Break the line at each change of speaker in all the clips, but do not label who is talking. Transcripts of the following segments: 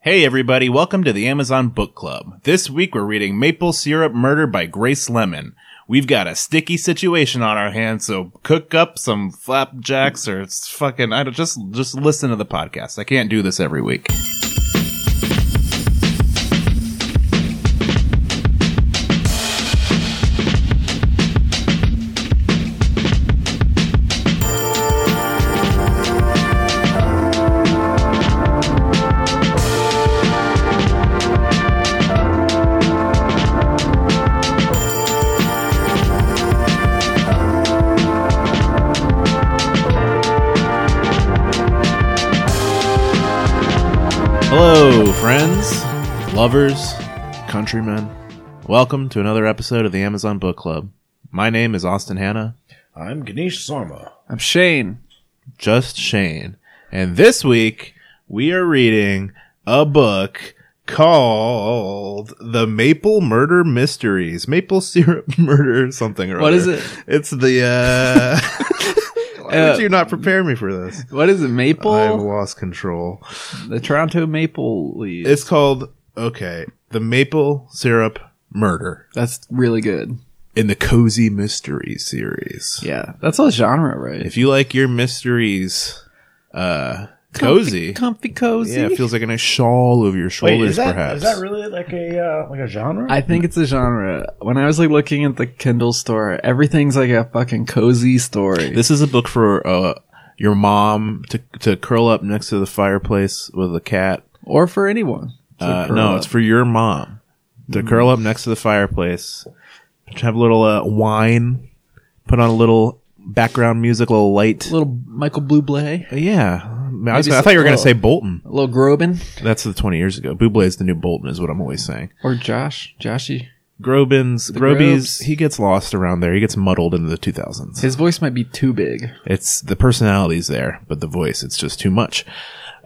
Hey everybody, welcome to the Amazon Book Club. This week we're reading Maple Syrup Murder by Grace Lemon. We've got a sticky situation on our hands, so cook up some flapjacks or it's fucking I don't just just listen to the podcast. I can't do this every week. Hello, friends, lovers, countrymen. Welcome to another episode of the Amazon Book Club. My name is Austin Hanna,
I'm Ganesh Sarma.
I'm Shane.
just Shane. And this week we are reading a book called The Maple Murder Mysteries. Maple syrup murder something or
What
other.
is it?
It's the uh Why
Uh,
did you not prepare me for this?
What is it?
I've
Maple?
lost control.
the Toronto Maple Leaf.
It's called okay, The Maple Syrup Murder
that's really good.
in the Cozy Mystery series.
Yeah, that's a genre, right?
If you like your mysteries uh cozy,
comfy, cozy.
Yeah, it feels like a nice shawl over your shoulders,
is that,
perhaps.
is that really like a uh, like a genre?
I think it's a genre. When I was like looking at the Kindle store, everything's like a fucking cozy story.
This is a book for uh, your mom to to curl up next to the fireplace with a cat.
or for anyone.
Uh,
curl
no,
up.
it's for your mom to curl up next to the fireplace, to have a little uh, wine, put on a little background music, a little light. Uh,
little Michael Bublé,
yeah, I, mean, I was
Maybe
gonna- I thought you were going to
so-
say Bolton.
a little Grobin,
That's the twenty years ago. Buble is the new Bolton, is what I'm always saying.
or Josh, Joshy.
Grobins,
Grobes.
Grobies, he gets lost around there. He gets muddled into the 2000s.
His voice might be too big.
It's the personality's there, but the voice, it's just too much.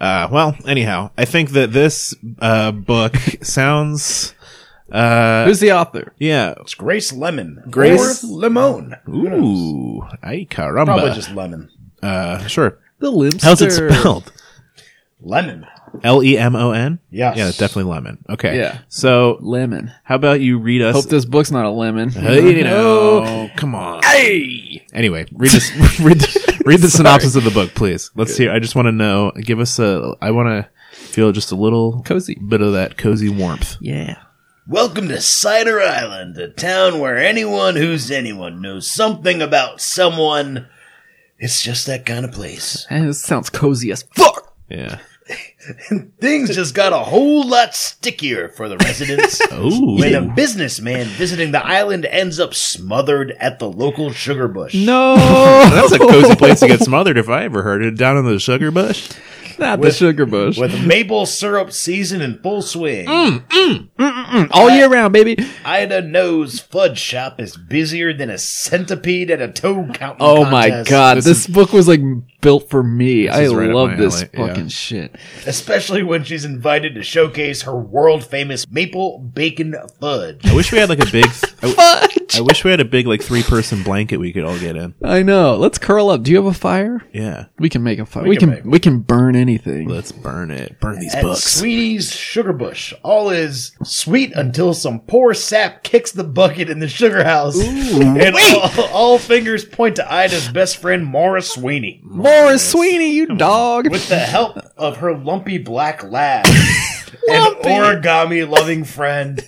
Uh, well, anyhow, I think that this uh, book sounds, uh,
Who's the author?
yeah,
it's Grace Lemon.
Grace-
or Lemon. Who knows?
ooh, ay
Probably
caramba.
just lemon.
uh, sure.
The Limpster.
How's it spelled?
Lemon.
L e m o n.
Yes.
Yeah, definitely lemon. Okay.
Yeah.
So,
Lemon.
how about you read us?
Hope this book's not a lemon.
Hey, no, come on.
Hey,
Anyway, read this. read the, read the synopsis of the book, please. Let's hear. I just want to know. Give us a. I want to feel just a little
Cozy.
bit of that cozy warmth.
Yeah.
welcome to Cider Island, a town where anyone who's anyone knows something about someone. It's just that kind of place.
Eh, This sounds cozy as fuck.
Yeah.
Things just got a whole lot stickier for the residents.
Ooh.
When a businessman visiting the island ends up smothered at the local sugar bush.
No,
That's a cozy place to get smothered if I ever heard it. Down in the sugar bush.
not the sugar bush.
With maple syrup season in full swing,
All year round, baby.
Ida Knows Fudge Shop is busier than a centipede at a toad counting
Oh my
contest,
god, this, book was like built for me. I
is right up my
love this
alley, yeah.
fucking shit.
Especially when she's invited to showcase her world famous maple bacon fudge.
I wish we had like a big. I, w-
Fudge.
I wish we had a big like three person blanket we could all get in.
I know. Let's curl up. Do you have a fire?
Yeah.
We can make a fire. We, can,
can make-
we can burn anything.
Let's burn it. Burn these
At
books.
Sweeney's Sugar Bush, all is sweet until some poor sap kicks the bucket in the sugar house, and all, all fingers point to Ida's best friend Morris Sweeney.
Morris Sweeney, you dog.
with the help of her lumpy black lad and
Lumpy.
origami loving friend,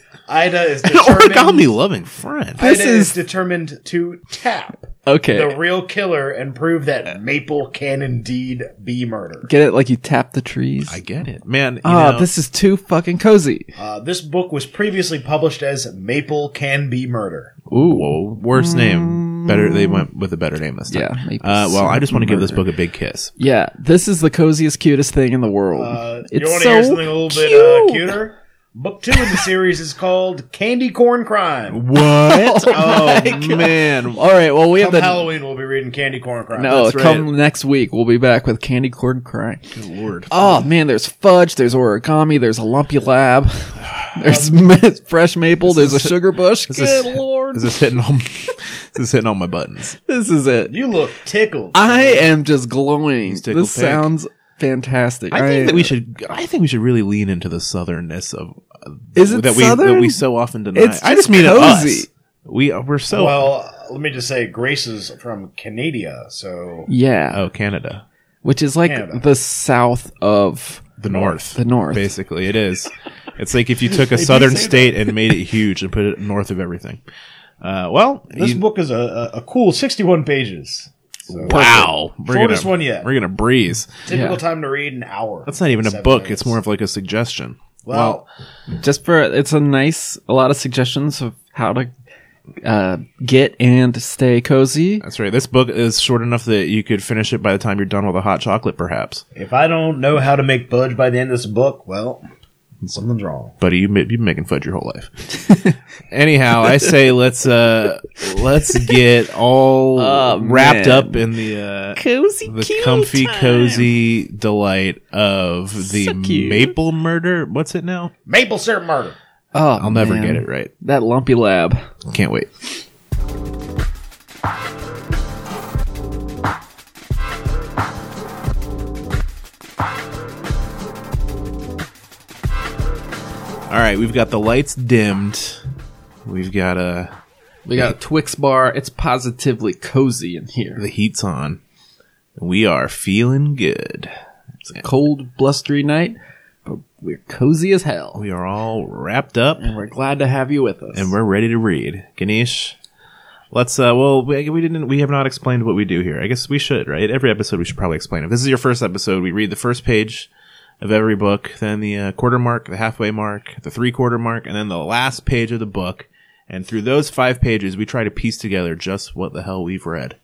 Ida is
An
determined.
origami loving friend.
Ida
This
is
is- Eh.
determined to tap the
Okay.
real killer and prove that Maple can indeed be murder.
Get it like you tap the trees.
I get it, man. You
Ah,
know,
this is too fucking cozy.
Uh, this book was previously published as Maple Can Be Murder.
Ooh, whoa, worse name. Better. They went with a better name this time.
Mm. Yeah, maybe
Uh, well, I just want to give this
murder.
book a big kiss.
Yeah, this is the coziest, cutest thing in the world.
Uh,
it's
you want to
so
hear something a little
cute.
bit uh, cuter? Book two in the series is called Candy Corn Crime.
What? oh man.
All right, well we
Come
have the
Halloween, we'll be reading Candy Corn Crime.
no.
That's right.
Come next week, we'll be back with candy corn crying.
Good lord.
Oh man, there's fudge, there's origami, there's a lumpy lab, there's ma- fresh maple, there's a sugar bush. Good lord,
Um, This is hitting all. this is hitting all my buttons.
this is it.
You look tickled.
I am just glowing.
tickled
This
pink.
sounds fantastic.
I think that we should. I think we should really lean into the southernness of. Uh,
Is it
that we that
southern?
we so often deny?
It's
I
just
just mean it
cozy.
us. We uh, we're so
Well, let me just say, Grace is from Canada, so
yeah,
oh Canada,
which is like
Canada.
the south of
the north,
the north.
Basically, it is. It's like if you took a southern state and made it huge and put it north of everything. Uh, well,
this
you-
book is a, a, a cool sixty-one pages. So,
wow, we're
Shortest
gonna,
one yet.
We're gonna breeze.
Typical
Yeah.
time to read an hour.
That's not even a
Seven
book.
minutes.
It's more of like a suggestion.
well,
Just for it's a nice, a lot of suggestions of how to uh, get and stay cozy.
That's right. This book is short enough that you could finish it by the time you're done with a hot chocolate, perhaps.
if I don't know how to make fudge by the end of this book, well, something's wrong.
buddy. You ma- you've been making fudge your whole life. Anyhow, I say let's uh let's get all
Oh,
wrapped
man.
up in the uh,
Cozy,
the comfy, cozy delight of the
So cute.
maple murder. What's it now?
Maple syrup murder.
Oh,
I'll never get it right.
That lumpy lab.
Can't wait. All right, we've got the lights dimmed. We've got uh
We got a Twix bar. It's positively cozy in here.
the heat's on. We are feeling good.
Cold, blustery night, but we're cozy as hell.
We are all wrapped up
And we're glad to have you with us.
and we're ready to read. Ganesh, let's uh well we, we didn't we have not explained what we do here. I guess we should, right? Every episode we should probably explain. If this is your first episode, we read the first page of every book, then the uh, quarter mark, the halfway mark, the three quarter mark, and then the last page of the book. And through those five pages, we try to piece together just what the hell we've read.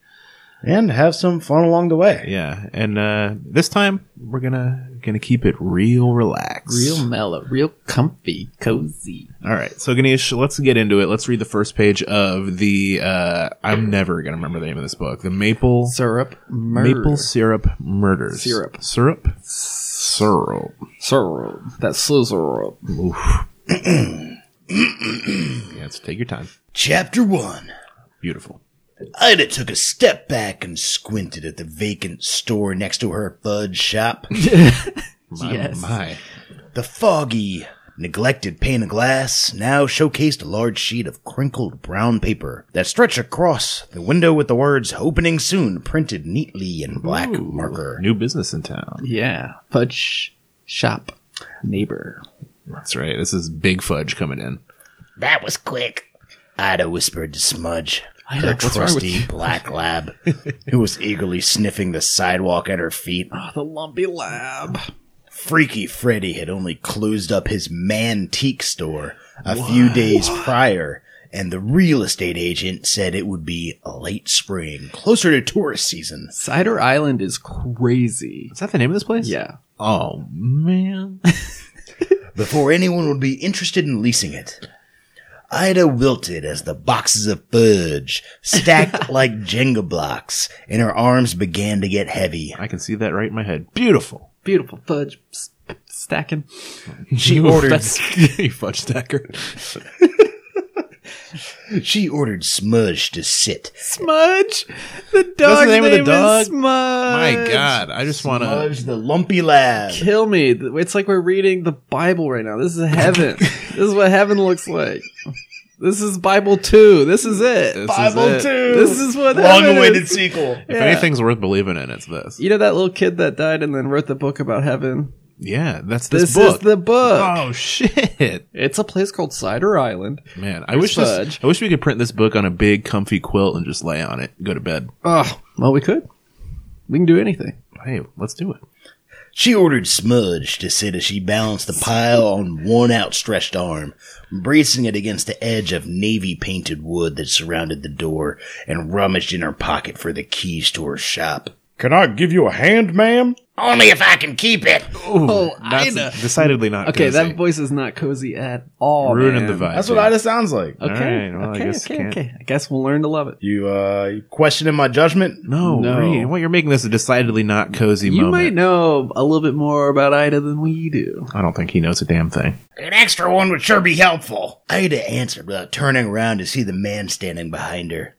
And have some fun along the way.
Yeah, and uh, this time we're gonna gonna keep it real relaxed.
real mellow, real comfy, cozy.
All right, so Ganesh, let's get into it. Let's read the first page of the. Uh, I'm never gonna remember the name of this book. The maple
Syrup, murder.
maple syrup murders.
Syrup.
syrup, syrup.
syrup. That sizzle up.
Yeah, so take your time.
Chapter 1.
Beautiful.
Ida took a step back and squinted at the vacant store next to her fudge shop.
My,
Yes.
my.
the foggy, neglected pane of glass now showcased a large sheet of crinkled brown paper that stretched across the window with the words opening soon printed neatly in black marker.
New business in town.
Yeah. Fudge shop neighbor.
That's right. This is big fudge coming in.
That was quick. Ida whispered to Smudge,
Ida,
her
what's wrong with
trusty
you?
black lab, who was eagerly sniffing the sidewalk at her feet.
Ah, the lumpy lab.
Freaky Freddy had only closed up his mantique store a few days prior, and the real estate agent said it would be a late spring, closer to tourist season.
Cider Island is crazy.
Is that the name of this place?
Yeah.
Oh man.
before anyone would be interested in leasing it. Ida wilted as the boxes of fudge stacked like Jenga blocks, and her arms began to get heavy.
I can see that right in my head. Beautiful.
Beautiful fudge s- stacking.
She
Ooh,
ordered
that's- you fudge stacker.
she ordered Smudge to sit.
Smudge. The dog's
name
name,
of the dog?
is Smudge.
My God, I just want to.
Smudge the lumpy lab.
Kill me. It's like we're reading the Bible right now. This is heaven. this is what heaven looks like. This is Bible 2. This is it.
This
Bible
is it.
two.
This is what
long
heaven
awaited
is.
sequel.
If
Yeah.
anything's worth believing in, it's this.
You know that little kid that died and then wrote the book about heaven?
Yeah, that's
This,
this, book.
is the book.
oh shit,
It's a place called Cider Island.
man! I wish
fudge.
this, I wish we could print this book on a big, comfy quilt and just lay on it, and go to bed.
Oh, well, we could. We can do anything.
Hey, let's do it.
She ordered Smudge to sit as she balanced the pile on one outstretched arm, bracing it against the edge of navy painted wood that surrounded the door, and rummaged in her pocket for the keys to her shop.
Can I give you a hand, ma'am?
Only if I can keep it.
Oh,
That's decidedly not
Okay,
cozy.
that voice is not cozy at all.
ruining
man.
the vibe.
That's what Ida sounds like.
Okay,
All right, well, I
okay,
guess
okay,
can't-
okay. I guess we'll learn to love it.
You, uh, you questioning my judgment?
No,
No.
Reed, what you're making this a decidedly not cozy
You
moment.
might know a little bit more about Ida than we do.
I don't think he knows a damn thing.
An extra one would sure be helpful. Ida answered without turning around to see the man standing behind her.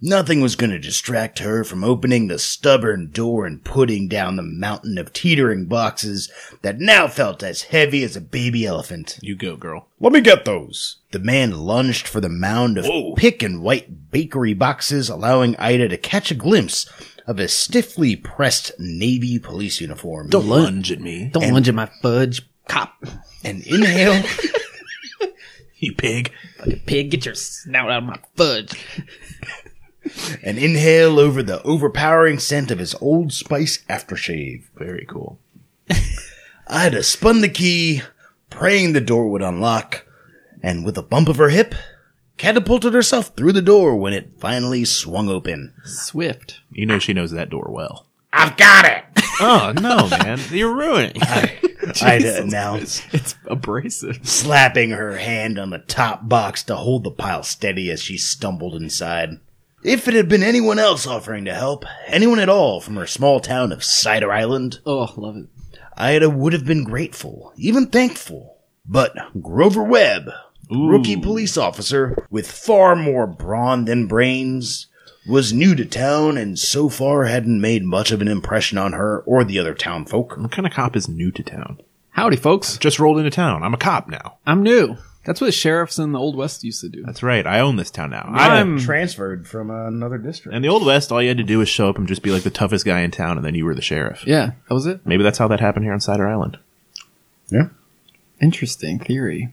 Nothing was going to distract her from opening the stubborn door and putting down the mountain of teetering boxes that now felt as heavy as a baby elephant.
You go, girl.
Let me get those.
The man lunged for the mound of
Whoa.
pick and white bakery boxes, allowing Ida to catch a glimpse of a stiffly pressed navy police uniform.
Don't lunge at me,
Don't lunge at my fudge, cop.
And inhale.
you pig.
Pig, get your snout out of my fudge.
and inhale over the overpowering scent of his old spice aftershave.
Very cool.
Ida spun the key, praying the door would unlock, and with a bump of her hip, catapulted herself through the door when it finally swung open.
Swift.
You know she knows that door well.
I've got it!
Oh no, man! You're ruining.
Ida announced,
It's abrasive.
uh, slapping her hand on the top box to hold the pile steady as she stumbled inside. If it had been anyone else offering to help, anyone at all from her small town of Cider Island,
Oh, love it.
Ida would have been grateful, even thankful. But Grover Webb, rookie police officer with far more brawn than brains, was new to town and so far hadn't made much of an impression on her or the other
Mm.
townfolk.
what kind of cop is new to town?
Howdy, folks.
Just rolled into town. I'm a cop now.
I'm new. That's what sheriffs in the Old West used to do.
That's right. I own this town now.
I
I'm.
am transferred from another district.
In the old west, all you had to do was show up and just be like the toughest guy in town, and then you were the sheriff.
Yeah, that was it.
Maybe that's how that happened here on Cider Island.
Interesting theory.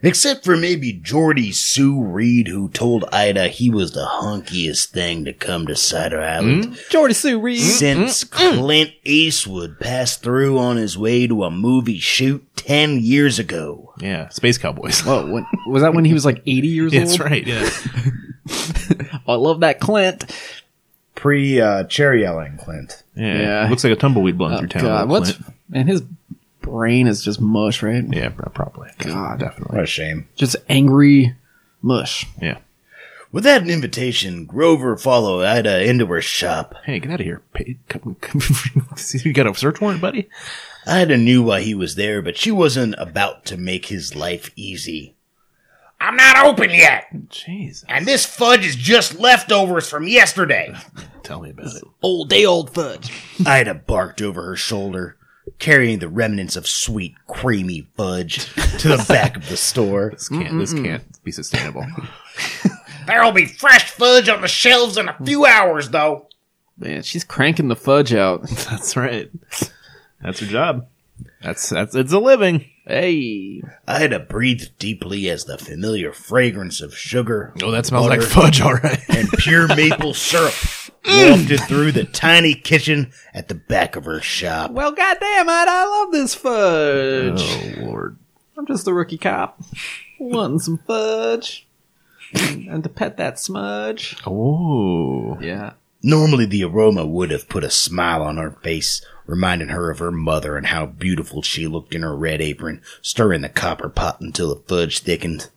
Except for maybe Geordie Sue Reed, who told Ida he was the hunkiest thing to come to Cider Island.
Mm.
Jordy Sue Reed.
since Clint Eastwood passed through on his way to a movie shoot 10 years ago.
Yeah, space cowboys.
Whoa, when, was that when he was like 80 years
That's
old? Oh,
right. Yeah.
I love that Clint.
Pre uh, cherry yelling, Clint.
Yeah.
Yeah.
Looks like a tumbleweed blowing
Oh,
through town.
God, what's
Clint.
man? His brain is just mush, right?
Yeah, pro- probably.
God.
definitely.
What a shame.
Just angry mush.
Yeah.
With that invitation, Grover followed Ida into her shop.
Hey, get out of here. Pig. Come- come- you got a search warrant, buddy?
Ida knew why he was there, but she wasn't about to make his life easy. I'm not open yet,
Jeez.
and this fudge is just leftovers from yesterday.
Tell me about it.
Old day old fudge.
Ida barked over her shoulder, carrying the remnants of sweet, creamy fudge to the back of the store.
This can't, this can't be sustainable.
There'll be fresh fudge on the shelves in a few hours, though.
Man, she's cranking the fudge out.
that's right. That's her job. That's that's it's a living.
Hey.
Ida breathed deeply as the familiar fragrance of sugar
Oh, that smells like fudge, all right.
and pure maple syrup wafted through the tiny kitchen at the back of her shop.
Well, goddamn, I, I love this fudge.
oh lord.
I'm just a rookie cop. Wanting some fudge. And, and to pet that smudge.
Oh.
Yeah.
Normally, the aroma would have put a smile on her face, reminding her of her mother and how beautiful she looked in her red apron, stirring the copper pot until the fudge thickened.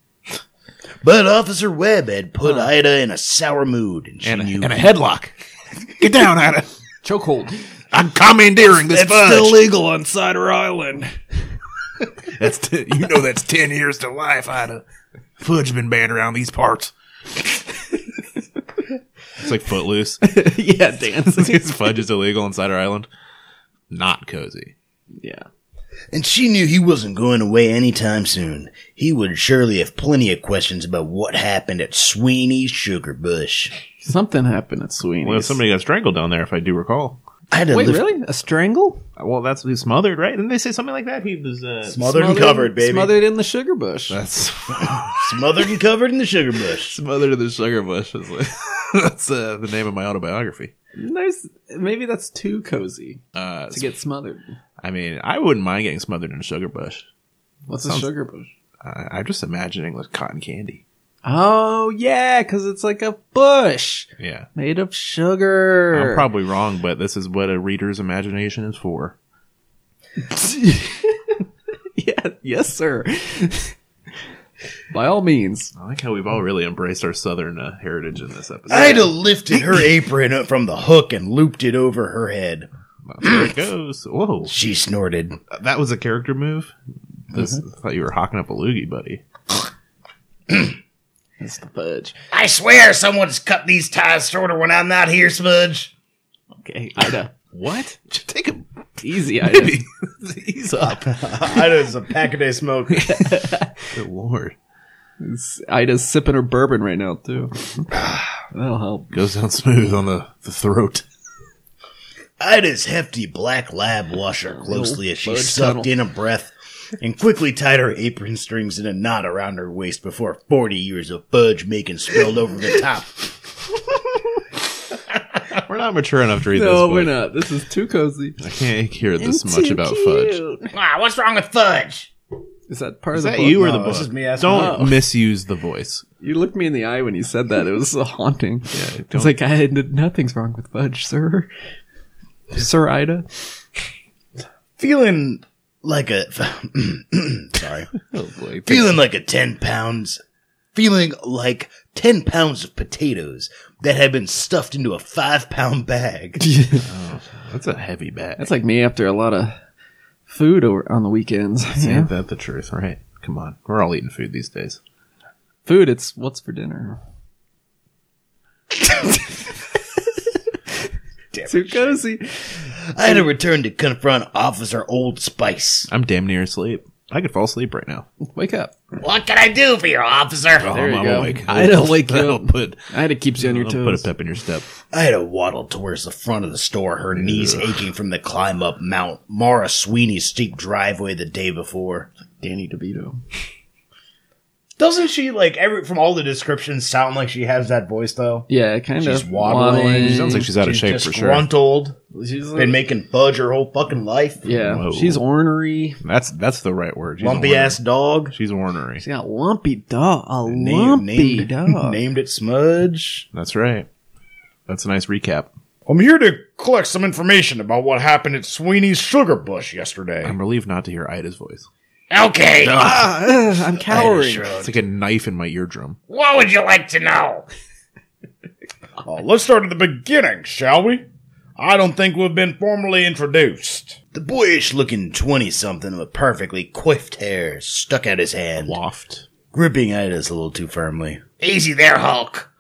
But Officer Webb had put Ida in a sour mood, and she
And a,
knew
and a headlock. Get down, Ida.
Chokehold.
I'm commandeering this
That's
fudge.
still
Legal on Cider Island.
That's t- you know that's ten years to life, Ida. Fudge been banned around these parts. it's like Footloose.
yeah, dancing.
Is fudge is illegal on Cider Island? Not cozy.
yeah.
And she knew he wasn't going away anytime soon. He would surely have plenty of questions about what happened at Sweeney's Sugar Bush.
Something happened at Sweeney's.
Well, somebody got strangled down there, if I do recall.
I'd
Wait, really? A strangle?
Well, that's he smothered, right? Didn't they say something like that? He was uh,
Smothered, and covered, baby. Uh. Smothered.
Smothered in the sugar bush.
that's
and covered in the Sugar Bush.
smothered in the sugar bush. Is like, that's uh, the name of my autobiography.
There's maybe that's too cozy
Uh,
to get smothered.
I mean, I wouldn't mind getting smothered in a sugar bush.
What's
Sounds-
a sugar bush?
Uh, I'm just imagining like cotton candy.
Oh yeah, because it's like a bush
Yeah,
made of sugar.
I'm probably wrong, but this is what a reader's imagination is for.
yeah, yes, sir. By all means,
I like how we've all really embraced our southern uh, heritage in this episode.
Ida lifted her apron up from the hook and looped it over her head.
There it goes. Whoa,
She snorted.
that was a
Mm-hmm.
character move. This, I thought you were hocking up a loogie, buddy.
It's the fudge.
I swear someone's cut these ties shorter when I'm not here, Smudge.
Okay, Ida.
What? Take a
Easy, Ida.
baby. Ease up.
Ida's a pack a day smoker.
Good lord.
It's- Ida's sipping her bourbon right now, too. That'll help.
Goes down smooth on the, the throat.
Ida's hefty black lab washed her closely as she
Fudge
sucked
tunnel.
in a breath and quickly tied her apron strings in a knot around her waist before 40 years of fudge making spilled over the top.
We're not mature enough to read this
No,
book.
we're not. This is too cozy.
I can't hear this much about fudge.
Ah, what's wrong with fudge?
Is that part
Is
of the
that
book?
you or the
No,
book?
this is me asking
Oh.
don't misuse the voice.
You looked me in the eye when you said that. It was so haunting.
Yeah,
it's
don't-
like I had nothing's wrong with fudge, sir. Sir Ida.
Feeling like a. sorry.
Oh boy.
Feeling like a 10 pounds. Feeling like 10 pounds of potatoes that had been stuffed into a 5 pound bag.
That's a heavy bag.
That's like me after a lot of food over, on the weekends. Yeah.
Ain't that the truth, right? Come on. We're all eating food these days.
Food, it's what's for dinner. Too cozy.
I had to return to confront Officer Old Spice.
I'm damn near asleep. I could fall asleep right now.
Wake up.
What can I do for you, officer?
There you
I'm
go.
awake.
I don't wake you
That'll
up.
put,
Ida keeps you on your
that'll put
toes.
a pep in your step.
I had to waddle towards the front of the store, her knees aching from the climb up Mount Mara Sweeney's steep driveway the day before.
Danny DeVito.
Doesn't she like every from all the descriptions sound like she has that voice though?
Yeah, kind
She's
of.
waddling. She
Sounds like she's out of
She's
shape for sure.
disgruntled.
She's like-
Been making fudge her whole fucking life.
yeah,
Whoa.
she's ornery.
That's that's the right word. She's
Lumpy
ornery.
ass dog.
She's ornery.
She got lumpy dog. A
Name-
lumpy
named,
dog.
named it Smudge.
That's right. That's a nice recap.
I'm here to collect some information about what happened at Sweeney's Sugar Bush yesterday.
I'm relieved not to hear Ida's voice.
Okay,
Ah, ugh, I'm cowering.
It's like a knife in my eardrum.
what would you like to know?
Uh, let's start at the beginning, shall we? I don't think we've been formally introduced.
The boyish looking 20 something with perfectly coiffed hair stuck out his hand,
Waft.
gripping Ida's a little too firmly.
Easy there, Hulk.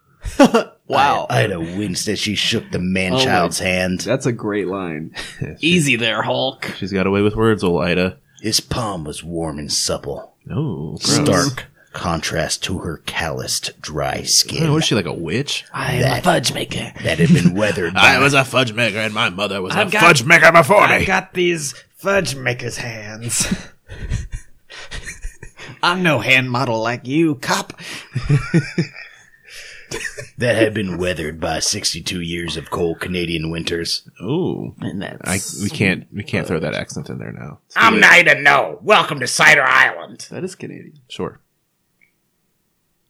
Wow.
Ida winced as she shook the man
my-
child's hand.
That's a great line. Easy there, Hulk.
She's got away with words, old Ida.
His palm was warm and supple,
No. gross.
stark contrast to her calloused, dry skin
Oh, was she like a witch?
I am a fudge maker.
that had been weathered by
I was a fudge maker, and my mother was a
got-
fudge maker before me.
got these fudge maker's hands. I'm no hand model like you, cop.
that had been weathered by 62 years of cold Canadian winters.
Ooh,
And that's
I, we can't we can't throw that accent in there now.
I'm Nida No. Welcome to Cider Island.
that is Canadian.
Sure.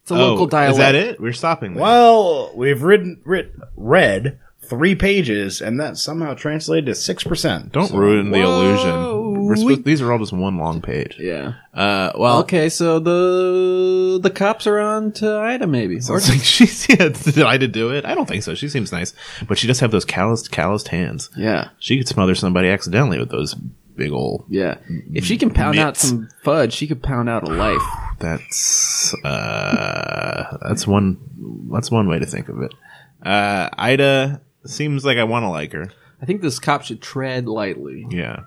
It's a local dialect.
Oh, Is that it? We're stopping. there.
Well, we've written, writ, read three pages, and that somehow translated to six percent.
Don't ruin the illusion. We're supposed, these are all just one long page.
Yeah.
Uh, well,
Okay, so the the cops are on to Ida, maybe. Or-
It's like she's yeah, did I to do it? I don't think so. She seems nice, but she does have those calloused, calloused hands.
yeah,
She could smother somebody accidentally with those big old.
yeah. If she can pound out
Mitts.
some fudge, she could pound out a life.
That's uh, that's one that's one way to think of it. Uh, Ida seems like I want to like her.
I think this cop should tread lightly.
Yeah.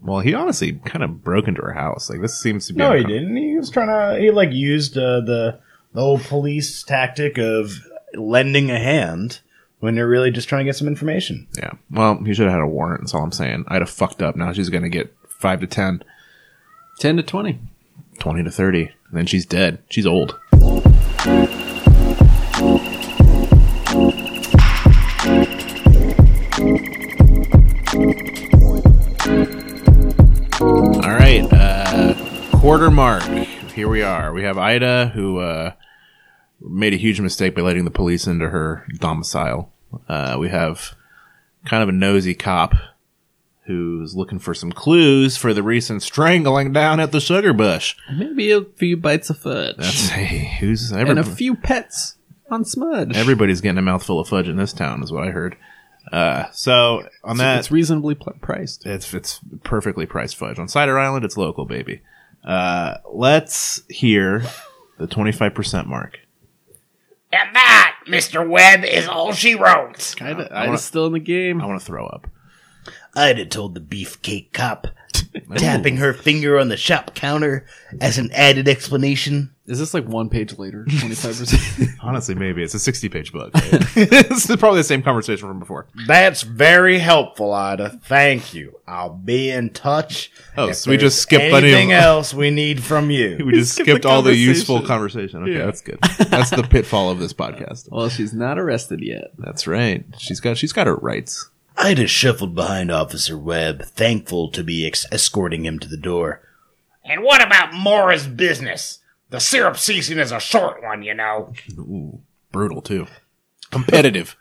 Well, he honestly kind of broke into her house. Like this seems to be.
No, he
uncom-
didn't. He was trying to. He like used uh, the the old police tactic of lending a hand when they're really just trying to get some information.
Yeah. Well, he should have had a warrant. That's all I'm saying. I'd have fucked up. Now she's gonna get five to 10,
Ten to twenty.
20 to thirty, and then she's dead. She's old. All right, uh, quarter mark. Here we are. We have Ida, who uh, made a huge mistake by letting the police into her domicile. Uh, we have kind of a nosy cop who's looking for some clues for the recent strangling down at the sugar bush.
Maybe a few bites of fudge
That's hey, who's
and a
everybody,
few pets on Smudge.
everybody's getting a mouthful of fudge in this town, is what I heard. Uh, so on that,
it's reasonably pl- priced.
It's it's perfectly priced fudge on Cider Island. It's local, baby. Uh, let's hear the twenty five percent mark.
And that, Mr. Webb, is all she wrote.
I,
I
am
wanna-
still in the game.
I want to throw up.
I'd have told the beefcake cop, tapping her finger on the shop counter as an added explanation.
Is this like one page later? Twenty five percent.
Honestly, maybe it's a sixty-page book. this is probably the same conversation from before.
That's very helpful, Ida. Thank you. I'll be in touch.
Oh,
If
so we
there's
just skipped any of-
anything else we need from you.
We just
Skip
skipped
the
all the useful
conversation.
conversation. Okay,
Yeah.
that's good. That's the pitfall of this podcast.
Well, she's not arrested yet.
That's right. She's got she's got her rights.
I'd have shuffled behind Officer Webb, thankful to be ex- escorting him to the door.
And what about Mora's business? The syrup season is a short one, you know.
Ooh, brutal too. Competitive.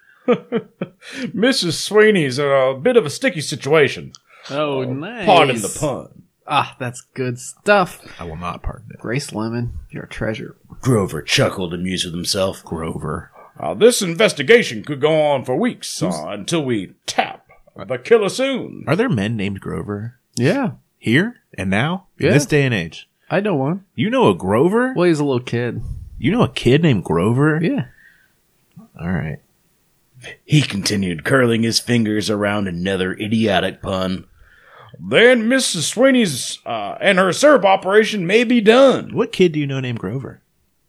Mrs. Sweeney's in a bit of a sticky situation.
Oh, nice.
Pardon the pun.
Ah, that's good stuff.
I will not pardon it.
Grace Lemon, you're a treasure.
Grover chuckled, amused with himself.
Grover.
Uh, this investigation could go on for weeks uh, until we tap the killer soon.
Are there men named Grover
Yeah,
here and now in
Yeah.
this day and age?
I know one.
You know a Grover?
Well, he's a little kid.
You know a kid named Grover?
Yeah.
All right.
He continued, curling his fingers around another idiotic pun.
Then Mrs. Sweeney's uh, and her syrup operation may be done.
What kid do you know named Grover?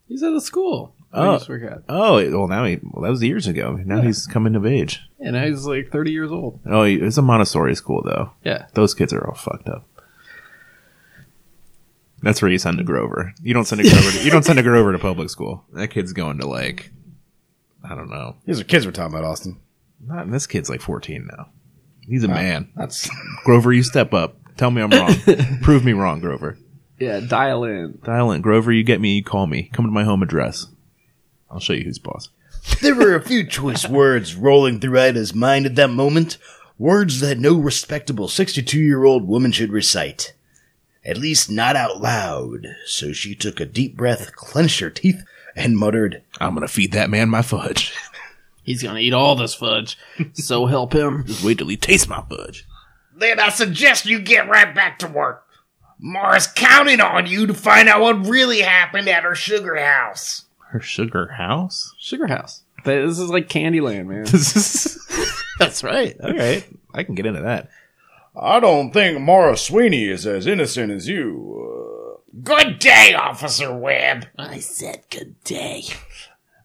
He's at a school.
Oh.
I just forgot.
Oh, well now he well that was years ago. Now he's coming of age.
And I was like 30 years old.
Oh, he- it's a Montessori school though.
Yeah.
Those kids are all fucked up. That's where you send a Grover. You don't send a Grover. To, you don't send a Grover to public school. That kid's going to like, I don't know.
These are kids we're talking about, Austin.
Not this kid's like fourteen now. He's a man.
That's
Grover, you step up. Tell me I'm wrong. Prove me wrong, Grover.
Yeah, dial in.
Dial in, Grover. You get me. You call me. Come to my home address. I'll show you who's boss.
There were a few choice words rolling through Ida's mind at that moment, words that no respectable 62 year old woman should recite. At least not out loud, so she took a deep breath, clenched her teeth, and muttered,
I'm gonna feed that man my fudge.
He's going to eat all this fudge. so help him.
Just wait till he tastes my fudge.
Then I suggest you get right back to work. Mora's counting on you to find out what really happened at her sugar house.
Her sugar house.
Sugar House. That- This is like Candyland, man.
That's right. All right. I can get into that.
I don't think Mara Sweeney is as innocent as you.
Good day, Officer Webb.
I said good day.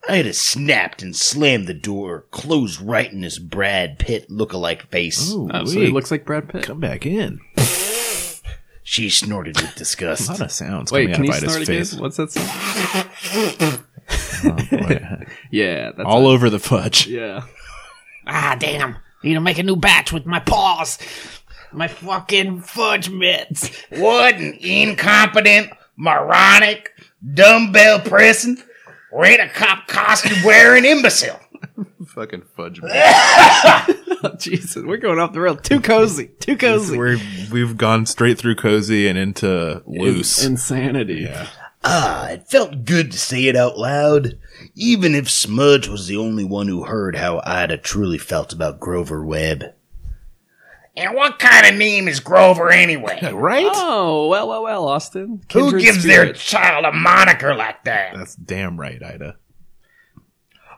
Ida snapped and slammed the door, closed right in his Brad Pitt look-alike face.
Ooh,
Absolutely
wee.
looks like Brad Pitt.
come back in.
She snorted with
A lot
disgust.
of sounds
Wait, can
coming
you
out of Ida's
start again?
face.
What's that sound?
Oh, boy.
Yeah, that's
All
it.
over the fudge.
Yeah.
Ah, damn. Need to make a new batch with my paws. My fucking fudge mitts. Wooden, incompetent, moronic, dumbbell pressing, red a cop costume wearing imbecile.
Fucking fudge.
Oh, Jesus, we're going off the rail. Too cozy. Too cozy.
We're, we've gone straight through cozy and into loose.
Insanity.
Ah, it felt good to say it out loud, even if Smudge was the only one who heard how Ida truly felt about Grover Webb.
And what kind of name is Grover anyway?
right?
Oh, well, well, well, Austin.
Who
Kindred
gives their
spirit.
child a moniker like that?
That's damn right, Ida.
Uh,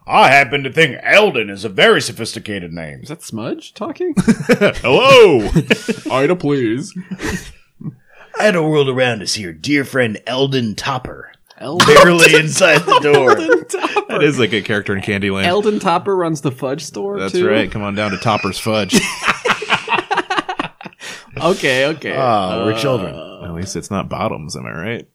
I happen to think Eldon is a very sophisticated name.
Is that Smudge talking?
Hello!
Ida, please.
Ida whirled around to see her dear friend Eldon Topper,
Eldon,
barely inside the door.
Topper.
that is like a character in Candyland.
Eldon Topper runs the fudge store,
That's
too?
right. Come on down to Topper's Fudge.
Okay, okay.
Ah, we're children.
At least it's not bottoms, am I right?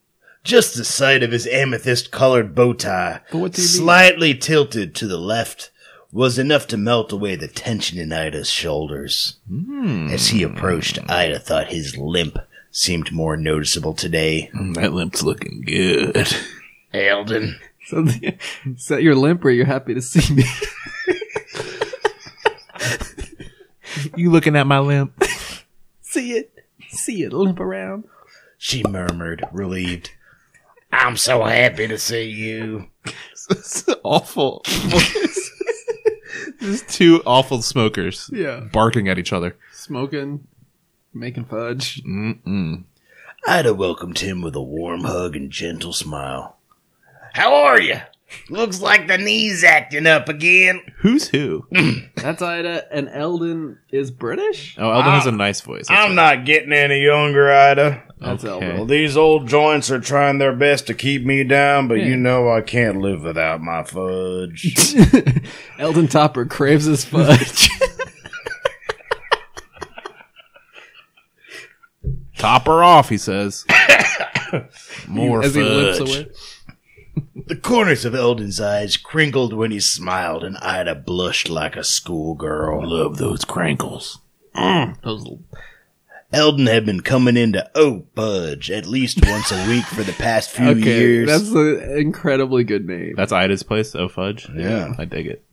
Just the sight of his amethyst-colored bow tie,
But what do you mean?
slightly tilted to the left, was enough to melt away the tension in Ida's shoulders.
Hmm.
As he approached, Ida thought his limp seemed more noticeable today.
that limp's looking good.
Eldon.
So the, is that your limp or you're happy to see me?
You looking at my limp?
see it. See it limp around.
She murmured, relieved.
I'm so happy to see you.
It's awful. Just two awful smokers
Yeah.
barking at each other.
Smoking, making fudge.
Mm-mm.
Ida welcomed him with a warm hug and gentle smile.
How are you? Looks like the knee's acting up again.
Who's who?
That's Ida, and Eldon is British.
Oh, Eldon has a nice voice. That's
I'm not getting any younger, Ida.
That's
Okay.
Eldon.
Well, these old joints are trying their best to keep me down, but you know I can't live without my fudge.
Eldon Topper craves his fudge.
right. Top her off, he says. More
as he lips
fudge.
away.
The corners of Eldon's eyes crinkled when he smiled, and Ida blushed like a schoolgirl.
Love those crankles.
Mm.
Eldon had been coming into Oak Budge at least once a week for the past few
Okay,
years.
that's an incredibly good name.
That's Ida's place. Oh, fudge.
Yeah.
I dig it.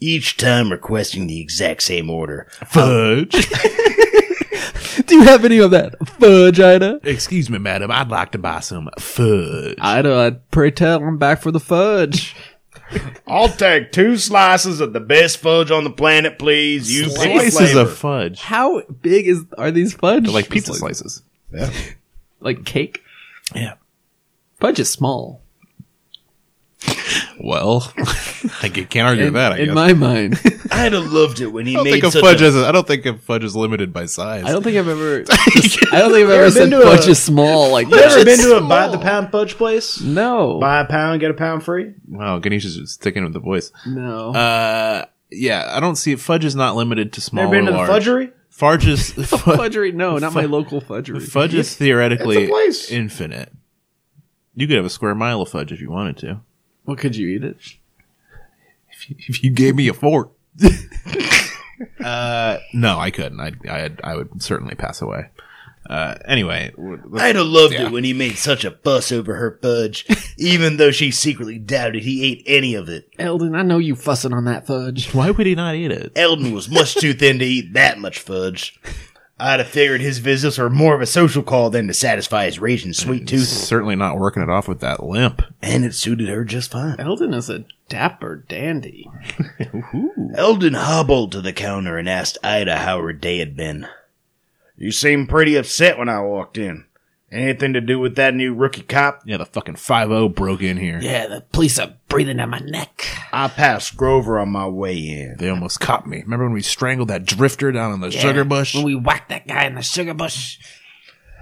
each time requesting the exact same order.
Fudge.
Do you have any of that fudge, Ida?
Excuse me, madam. I'd like to buy some fudge.
Ida, I pray tell, I'm back for the fudge.
I'll take two slices of the best fudge on the planet, please. You pick
Slices
flavor.
of fudge.
How big is are these fudge?
They're like pizza
Just
slices.
like cake.
Yeah.
Fudge is small.
Well, I can't argue with
in,
that, I
in
guess.
my mind,
Ida loved it when he
I don't
made
think a
such
fudge
a
is. I don't think a fudge is limited by size.
I don't think I've ever. I don't think I've ever said
been to
fudge
a-
is small. Like
You ever
that.
been to a buy the pound fudge place?
No,
Buy a pound, get a pound free.
Wow, Ganesh is just sticking with the voice.
no.
Uh, yeah, I don't see it. Fudge is not limited to small
Never been
or
to the
large.
fudgery?
Fudge is fudge,
fudgery? No, not my local fudgery.
fudge is theoretically
It's a place.
infinite. You could have a square mile of fudge if you wanted to.
what could you eat it?
If you, if you gave me a fork. uh, no, I couldn't. I, I, I would certainly pass away. Uh, anyway,
Ida loved it when he made such a fuss over her fudge, even though she secretly doubted he ate any of it.
Eldon, I know you fussing on that fudge.
why would he not eat it?
Eldon was much too thin to eat that much fudge. I'd have figured his visits were more of a social call than to satisfy his raging sweet
He's
tooth,
certainly not working it off with that limp.
and it suited her just fine.
Eldon is a dapper dandy.
Eldon hobbled to the counter and asked Ida how her day had been.
You seemed pretty upset when I walked in. Anything to do with that new rookie cop?
Yeah, the fucking five zero broke in here.
Yeah, the police are breathing down my neck.
I passed Grover on my way in.
They almost caught me. Remember when we strangled that drifter down on the sugar bush?
When we whacked that guy in the sugar bush.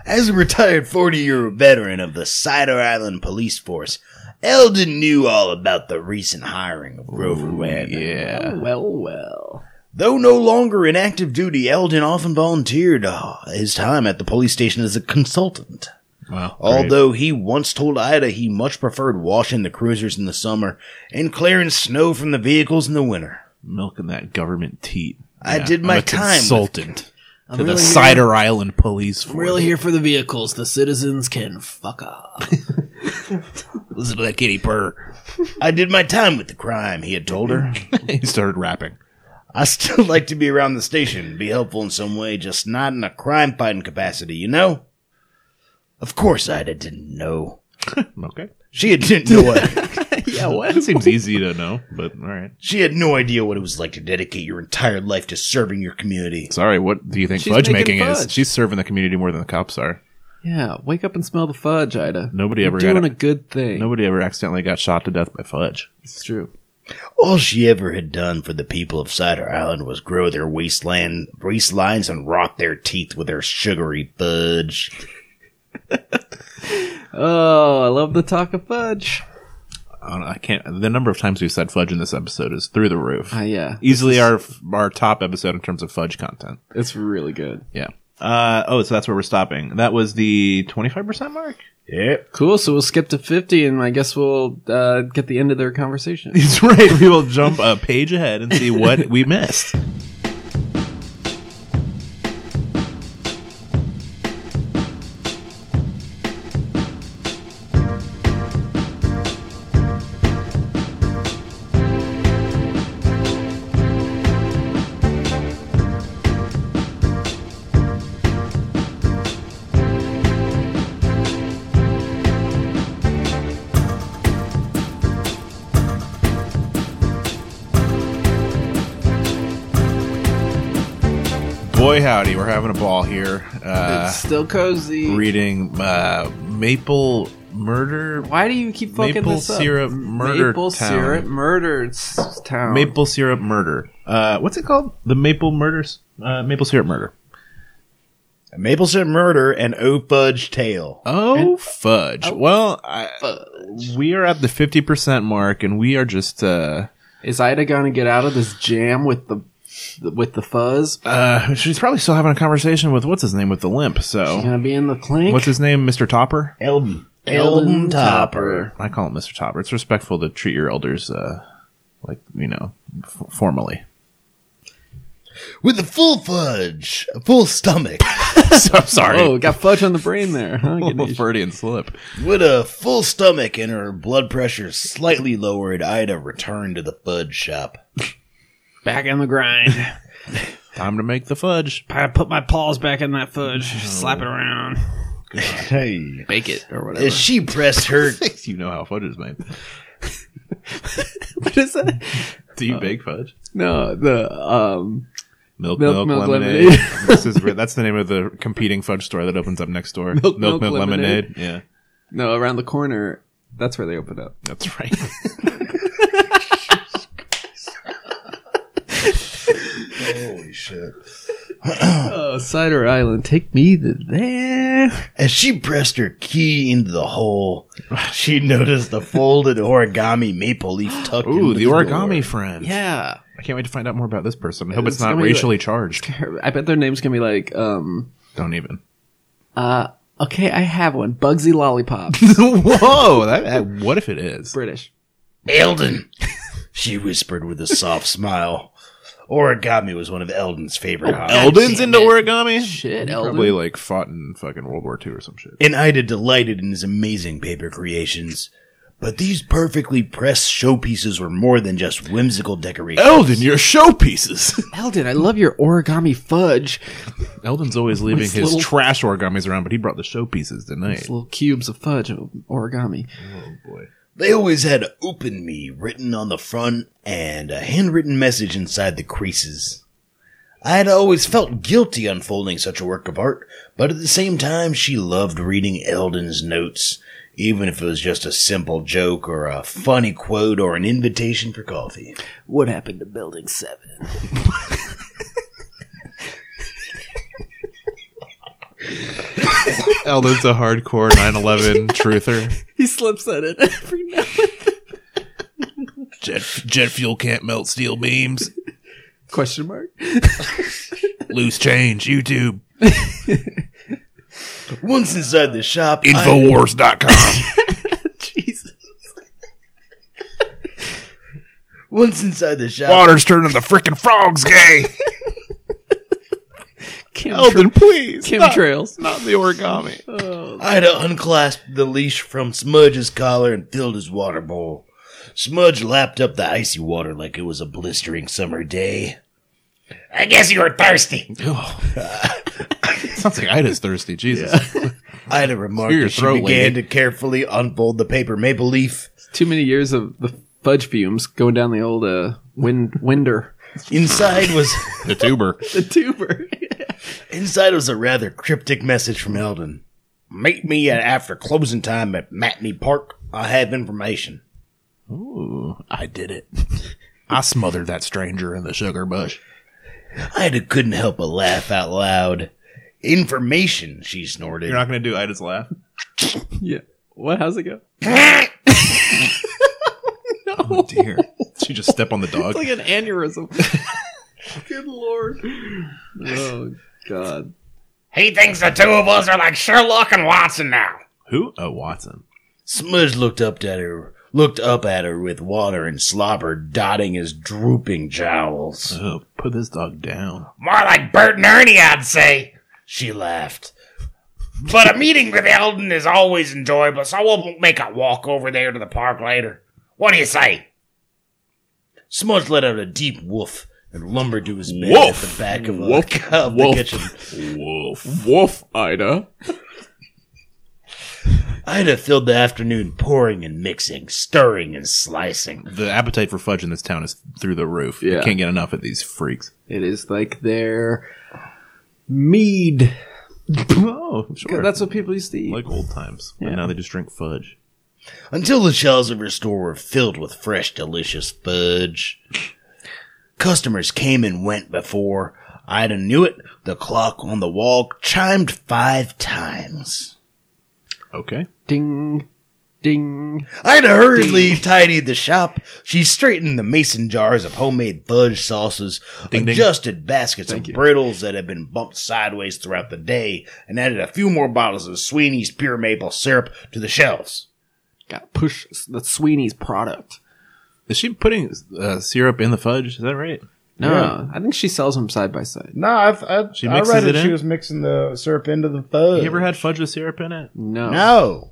As a retired 40 year veteran of the Cider Island Police Force, Eldon knew all about the recent hiring of Grover Webb.
yeah.
Well, well.
Though no longer in active duty, Eldon often volunteered uh, his time at the police station as a consultant.
Well,
Although he once told Ida he much preferred washing the cruisers in the summer and clearing snow from the vehicles in the winter.
milking that government teat.
I did my
I'm a
time with-
Consultant to the
really here-
Cider Island Police Force.
Really here for the vehicles. The citizens can fuck off.
Listen to that kitty purr.
I did my time with the crime, he had told her.
he started rapping.
I still like to be around the station, be helpful in some way, just not in a crime fighting capacity, you know? Of course Ida didn't know.
Okay.
She had didn't know what
Yeah, what? It seems easy to know, but all right.
she had no idea what it was like to dedicate your entire life to serving your community.
Sorry, what do you think
She's
fudge
making
making is?
fudge.
She's serving the community more than the cops are.
Yeah, wake up and smell the fudge, Ida.
Nobody
You're
ever got
doing
a-
a good thing.
Nobody ever accidentally got shot to death by fudge.
It's true.
All she ever had done for the people of Cider Island was grow their wasteland waistlines and rot their teeth with her sugary fudge.
Oh, I love the talk of fudge.
I, don't know, I can't. The number of times we've said fudge in this episode is through the roof.
Ah, yeah,
Easily our our top episode in terms of fudge content.
it's really good.
Yeah. Uh, oh, so that's where we're stopping. That was the twenty five percent mark.
Yep.
Cool. So we'll skip to fifty, and I guess we'll uh, get the end of their conversation.
He's right. We will jump a page ahead and see what we missed. Boy, howdy, we're having a ball here. Uh,
it's still cozy.
reading uh, Maple murder.
Why do you keep fucking
Maple
this up?
syrup murder
Maple
town.
syrup murder s- town.
Maple syrup murder. Uh, what's it called? The maple murders. Uh, maple syrup murder.
Maple Syrup Murder and O Fudge Tale.
Oh fudge! well, I, we are at the fifty percent mark, and we are just. Uh,
Is Ida gonna get out of this jam with the with the fuzz?
uh, she's probably still having a conversation with what's his name with the limp. So
Gonna be in the clink.
what's his name, Mister Topper?
Elden.
Elden Topper.
I call him Mister Topper. It's respectful to treat your elders uh, like you know f- formally.
With a full fudge, a full stomach,
So, I'm sorry.
Oh, got fudge on the brain there. Huh?
Little
Ganesh?
Oh, Freudian slip.
with a full stomach and her blood pressure slightly lowered, Ida returned to the fudge shop.
Back in the grind.
Time to make the fudge.
Gotta put my paws back in that fudge. Slap it around.
Hey.
Bake it or whatever.
As she pressed her,
you know how fudge is made.
what is that?
Do you bake fudge?
No, the um
Milk, milk,
Milk, milk,
lemonade.
lemonade.
this is re- that's the name of the competing fudge store that opens up next door. Milk, milk,
milk,
lemonade.
lemonade.
Yeah,
no around the corner. That's where they opened up.
that's right.
Oh, Cider Island, take me to there.
as she pressed her key into the hole, she noticed the folded origami maple leaf tucked
Ooh,
into
the origami friend.
Yeah.
I can't wait to find out more about this person. I hope it's,
It's
not
gonna be
racially charged.
I bet their name's gonna be like, um uh,
Don't even.
okay, I have one. Bugsy Lollipop.
Whoa! That, that- what if it is?
British.
Elden, she whispered with a soft smile. Origami was one of Eldon's favorite
Oh,
hobbies.
Eldon's into origami.
Shit,
Probably
Elden.
like fought in fucking World War II or some shit.
and Ida delighted in his amazing paper creations. But these perfectly pressed showpieces were more than just whimsical decorations.
Eldon, your showpieces.
Elden, I love your origami fudge.
Eldon's always leaving
With
his
little-
trash origamis around, but he brought the showpieces tonight.
It's little cubes of fudge of origami.
They always had "Open Me" written on the front and a handwritten message inside the creases. I had always felt guilty unfolding such a work of art, but at the same time, she loved reading Eldon's notes, even if it was just a simple joke or a funny quote or an invitation for coffee.
What happened to Building 7?
Eldon's a hardcore 9/11 truther.
He slips at it every now and then.
Jet, jet fuel can't melt steel beams.
Question mark?
Loose change. YouTube.
Once inside the shop, I-
Infowars.com.
Jesus.
once inside the shop,
Water's turning the freaking frogs gay.
Kim
Eldon, please.
Chemtrails.
Not the origami.
Ida unclasped the leash from Smudge's collar and filled his water bowl. Smudge lapped up the icy water like it was a blistering summer day.
I guess you were thirsty.
Sounds like Ida's thirsty. Jesus.
Ida remarked
Clear your
as she
throat,
began
lady.
to carefully unfold the paper maple leaf.
Too many years of the fudge fumes going down the old uh, wind winder.
Inside was
The tuber.
The tuber.
inside was a rather cryptic message from Eldon. Meet me at after closing time at Matney Park. I have information.
Ooh, I did it. I smothered that stranger in the sugar bush.
Ida couldn't help but laugh out loud. Information, she snorted.
You're not going to do Ida's laugh?
yeah. What? How's it go?
Oh, dear. Did you just step on the dog?
It's like an aneurysm. Good lord. Oh, God.
He thinks the two of us are like Sherlock and Watson now.
Who? Oh, Watson.
Smudge looked up at her, looked up at her with water and slobber dotting his drooping jowls.
Oh, put this dog down.
More like Bert and Ernie, I'd say.
She laughed.
But a meeting with Eldon is always enjoyable, so we'll make a walk over there to the park later. What do you say?
Smudge let out a deep woof and lumbered to his bed
Woof.
at the back of, a,
Woof.
of the
Woof.
kitchen.
Woof.
Woof, Ida.
Ida filled the afternoon pouring and mixing, stirring and slicing.
The appetite for fudge in this town is through the roof. You
Yeah.
can't get enough of these freaks.
It is like their mead.
Oh, sure.
That's what people used to eat.
like old times. But now they just drink fudge.
until the shelves of her store were filled with fresh, delicious fudge. Customers came and went before Ida knew it. The clock on the wall chimed five times.
Okay.
ding, ding.
Ida hurriedly tidied the shop. She straightened the mason jars of homemade fudge sauces,
ding.
adjusted baskets of brittles that had been bumped sideways throughout the day, and added a few more bottles of Sweeney's pure maple syrup to the shelves.
Got to push the Sweeney's product.
Is she putting uh, syrup in the fudge? Is that right?
No,
Yeah.
I think she sells them side by side.
No, I've, I,
She
I
mixes
read
it
it.
in?
She was mixing the syrup into the fudge.
You ever had fudge with syrup in it?
No.
No.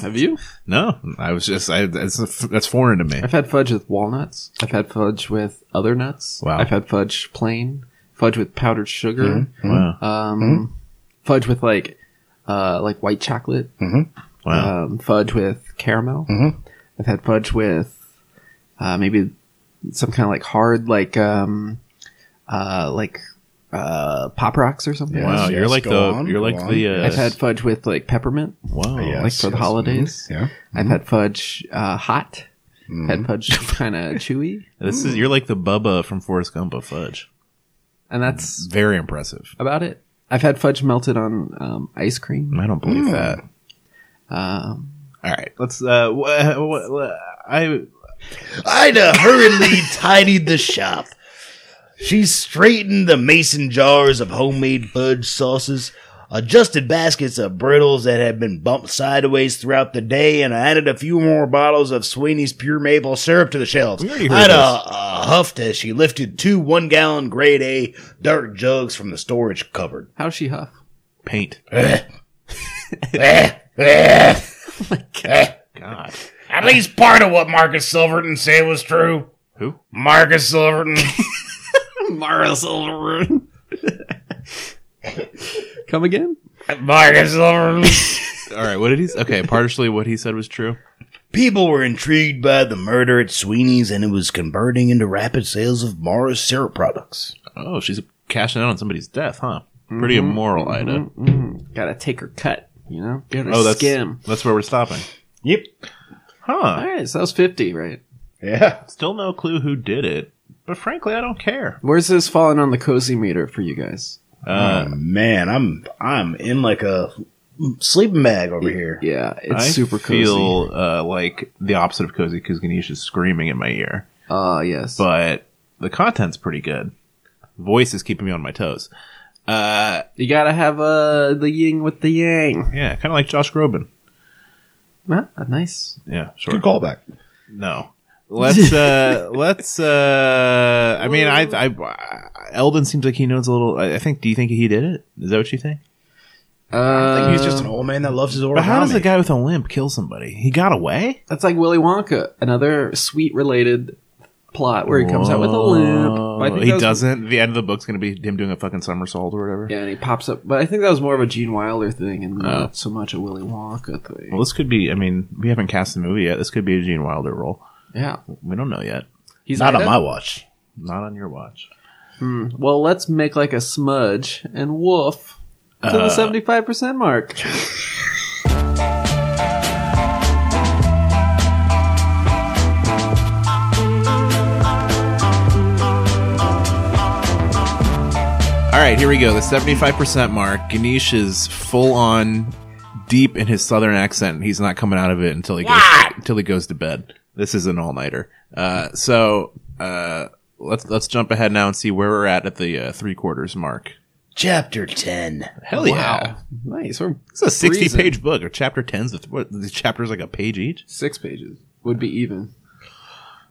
have you?
No, I was just I, that's that's foreign to me.
I've had fudge with walnuts. I've had fudge with other nuts.
Wow.
I've had fudge plain. Fudge with powdered sugar.
Wow,
Um,
Mm-hmm.
Fudge with like, uh, like white chocolate.
wow.
um, fudge with caramel. Mm-hmm. I've had fudge with uh, maybe some kind of like hard like um, uh, like uh, pop rocks or something.
Wow,
yes,
you're like
go
the
on,
you're
go
like
on.
the uh,
I've had fudge with like peppermint,
wow.
Yeah.
like
Yes,
for the
yes.
holidays.
Yeah.
I've
Mm-hmm.
had fudge uh, hot. Had fudge kind of chewy,
This is you're like the Bubba from Forrest Gump of fudge.
and that's
Very impressive.
about it. I've had fudge melted on um, ice cream.
I don't believe that.
Um,
All right, let's. Uh, wha wha wha- I
Ida hurriedly tidied the shop. She straightened the mason jars of homemade fudge sauces, adjusted baskets of brittles that had been bumped sideways throughout the day, and added a few more bottles of Sweeney's pure maple syrup to the shelves.
already
Ida
heard this.
uh, huffed as she lifted two one gallon grade A dark jugs from the storage cupboard.
how she huff?
paint.
Eh, eh.
God,
At least part of what Marcus Silverton said was true.
Who?
Marcus Silverton.
Mara Silverman. Come again?
Marcus Silverton.
All right, what did he? s- Okay, partially what he said was true.
People were intrigued by the murder at Sweeney's, and it was converting into rapid sales of Mars syrup products.
Oh, she's cashing out on somebody's death, huh? Pretty immoral, Ida.
Mm, gotta take her cut, you know? Get her
Oh, that's
skim.
that's where we're stopping,
Yep.
huh?
Alright, so that was 50, right?
Yeah.
Still no clue who did it, but frankly, I don't care.
Where's this falling on the cozy meter for you guys?
Oh,
Uh,
Man, I'm I'm in like a sleeping bag over here.
Yeah, it's
I
super cozy.
feel uh, like the opposite of cozy because Ganesh is screaming in my ear,
Ah, yes.
but the content's pretty good. Voice is keeping me on my toes. Uh,
you gotta have uh, the yin with the yang.
yeah, kind of like Josh Groban.
Ah, nice.
Yeah, sure.
Good callback.
No. Let's uh let's uh I mean I I Eldon seems like he knows a little I I think do you think he did it? Is that what you think?
Uh,
I think he's just an old man that loves his origami.
But how does a guy with a limp kill somebody? He got away?
that's like Willy Wonka, another sweet related plot where he comes out with a limp. But I think
Oh, he
that was-
doesn't. The end of the book's going to be him doing a fucking somersault or whatever.
Yeah, and he pops up. But I think that was more of a Gene Wilder thing and not so much a Willy Wonka thing.
Well, this could be I mean, we haven't cast the movie yet. This could be a Gene Wilder role.
Yeah.
We don't know yet.
He's like
Not on
that.
my watch.
Not on your watch.
Well, let's make like a smudge and woof to the seventy-five percent mark.
All right, here we go. The 75% mark. Ganesh is full on deep in his southern accent. He's not coming out of it until he goes, until he goes to bed. This is an all-nighter. Uh, so, uh, let's, let's jump ahead now and see where we're at at the uh, three quarters mark.
Chapter 10.
Hell yeah.
nice. We're
It's a 60
breezing.
page book or chapter 10s. With, what, the chapter's like a page each?
Six pages would be even.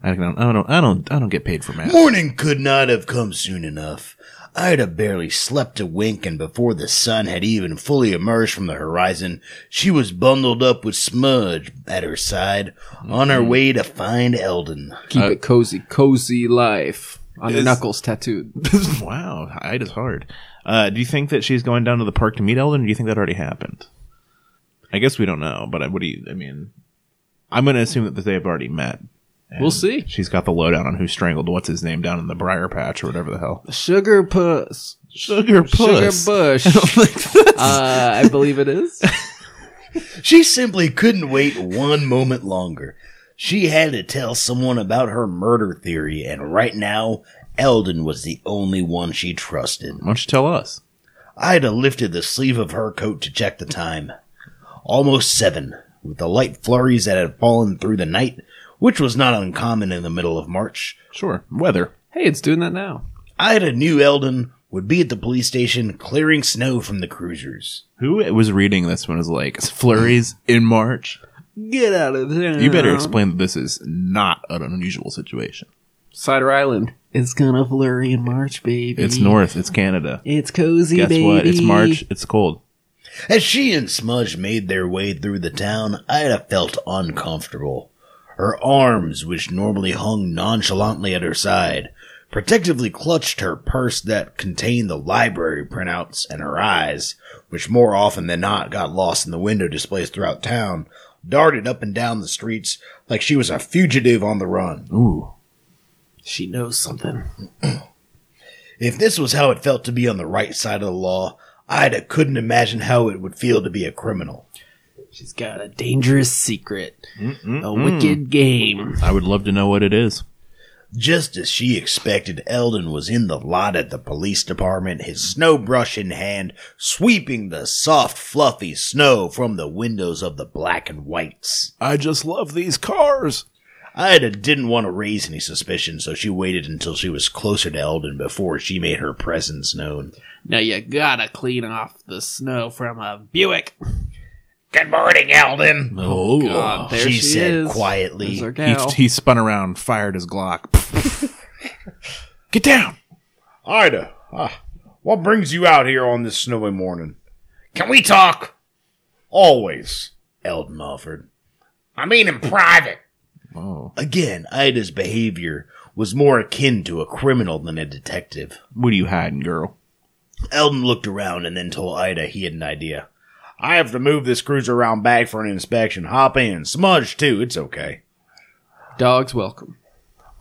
I don't, I don't, I don't, I don't get paid for math.
Morning could not have come soon enough. Ida barely slept a wink, and before the sun had even fully emerged from the horizon, she was bundled up with Smudge at her side on
Mm.
her way to find Eldon.
Keep it cozy, cozy life on your
Is-
knuckles tattooed.
wow. It is hard. Uh, do you think that she's going down to the park to meet Eldon? Or do you think that already happened? I guess we don't know, but I, what do you, I mean, I'm going to assume that they have already met. and
We'll see.
She's got the lowdown on who strangled what's his name down in the briar patch or whatever the hell.
Sugar puss.
Sugar puss.
Sugar Bush. uh, I believe it is.
She simply couldn't wait one moment longer. She had to tell someone about her murder theory, and right now, Eldon was the only one she trusted.
Why don't you tell us?
Ida lifted the sleeve of her coat to check the time. Almost seven, with the light flurries that had fallen through the night, which was not uncommon in the middle of March.
Sure. Weather.
Hey, it's doing that now.
Ida knew Eldon would be at the police station clearing snow from the cruisers.
Who was reading this one was like, flurries in March?
Get out of there.
You better explain that this is not an unusual situation.
Cider Island. It's gonna flurry in March, baby.
It's north. It's Canada.
It's cozy,
Guess
baby.
what? It's March. It's cold.
As she and Smudge made their way through the town, Ida felt uncomfortable. Her arms, which normally hung nonchalantly at her side, protectively clutched her purse that contained the library printouts, and her eyes, which more often than not got lost in the window displays throughout town, darted up and down the streets like she was a fugitive on the run.
Ooh.
She knows something.
If this was how it felt to be on the right side of the law, Ida couldn't imagine how it would feel to be a criminal.
She's got a dangerous secret, a wicked game.
I would love to know what it is.
Just as she expected, Eldon was in the lot at the police department, his snow brush in hand, sweeping the soft, fluffy snow from the windows of the black and whites.
I just love these cars.
Ida didn't want to raise any suspicion, so she waited until she was closer to Eldon before she made her presence known.
Now you gotta clean off the snow from a Buick.
Good morning, Eldon.
Oh, uh,
God, there
she,
she,
said
is. There's our
quietly.
He,
gal.
he spun around, fired his Glock. Get down.
Ida, ah, what brings you out here on this snowy morning?
Can we talk?
Always.
Eldon offered.
I mean, in private.
Oh.
Again, Ida's behavior was more akin to a criminal than a detective.
What are you hiding, girl?
Eldon looked around and then told Ida he had an idea.
I have to move this cruiser around back for an inspection. Hop in. Smudge, too. It's okay.
Dogs welcome.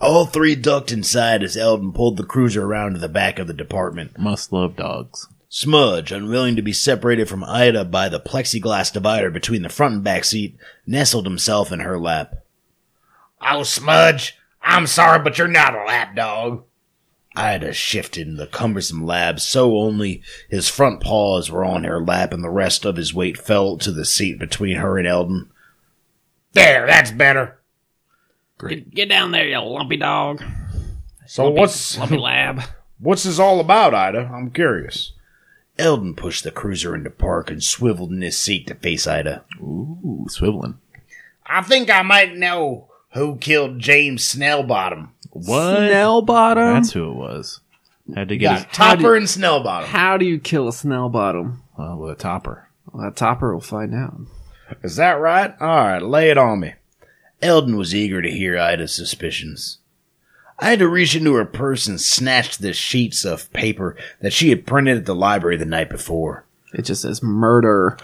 All three ducked inside as Eldon pulled the cruiser around to the back of the department.
Must love dogs.
Smudge, unwilling to be separated from Ida by the plexiglass divider between the front and back seat, nestled himself in her lap.
Oh, Smudge, I'm sorry, but you're not a lap dog.
Ida shifted in the cumbersome lab so only his front paws were on her lap and the rest of his weight fell to the seat between her and Eldon.
There, that's better.
Get, get down there, you lumpy dog,
So what's
lumpy lab.
what's this all about, Ida? I'm curious.
Eldon pushed the cruiser into park and swiveled in his seat to face Ida.
Ooh, swiveling.
I think I might know who killed James Snellbottom.
What?
Snell bottom.
That's who it was. Had to get his,
Got Topper and Snellbottom.
How do you kill a snell bottom?
well, uh, with a topper.
Well, that topper will find out.
Is that right? All right, lay it on me.
Eldon was eager to hear Ida's suspicions. Ida reached into her purse and snatched the sheets of paper that she had printed at the library the night before.
It just says murder.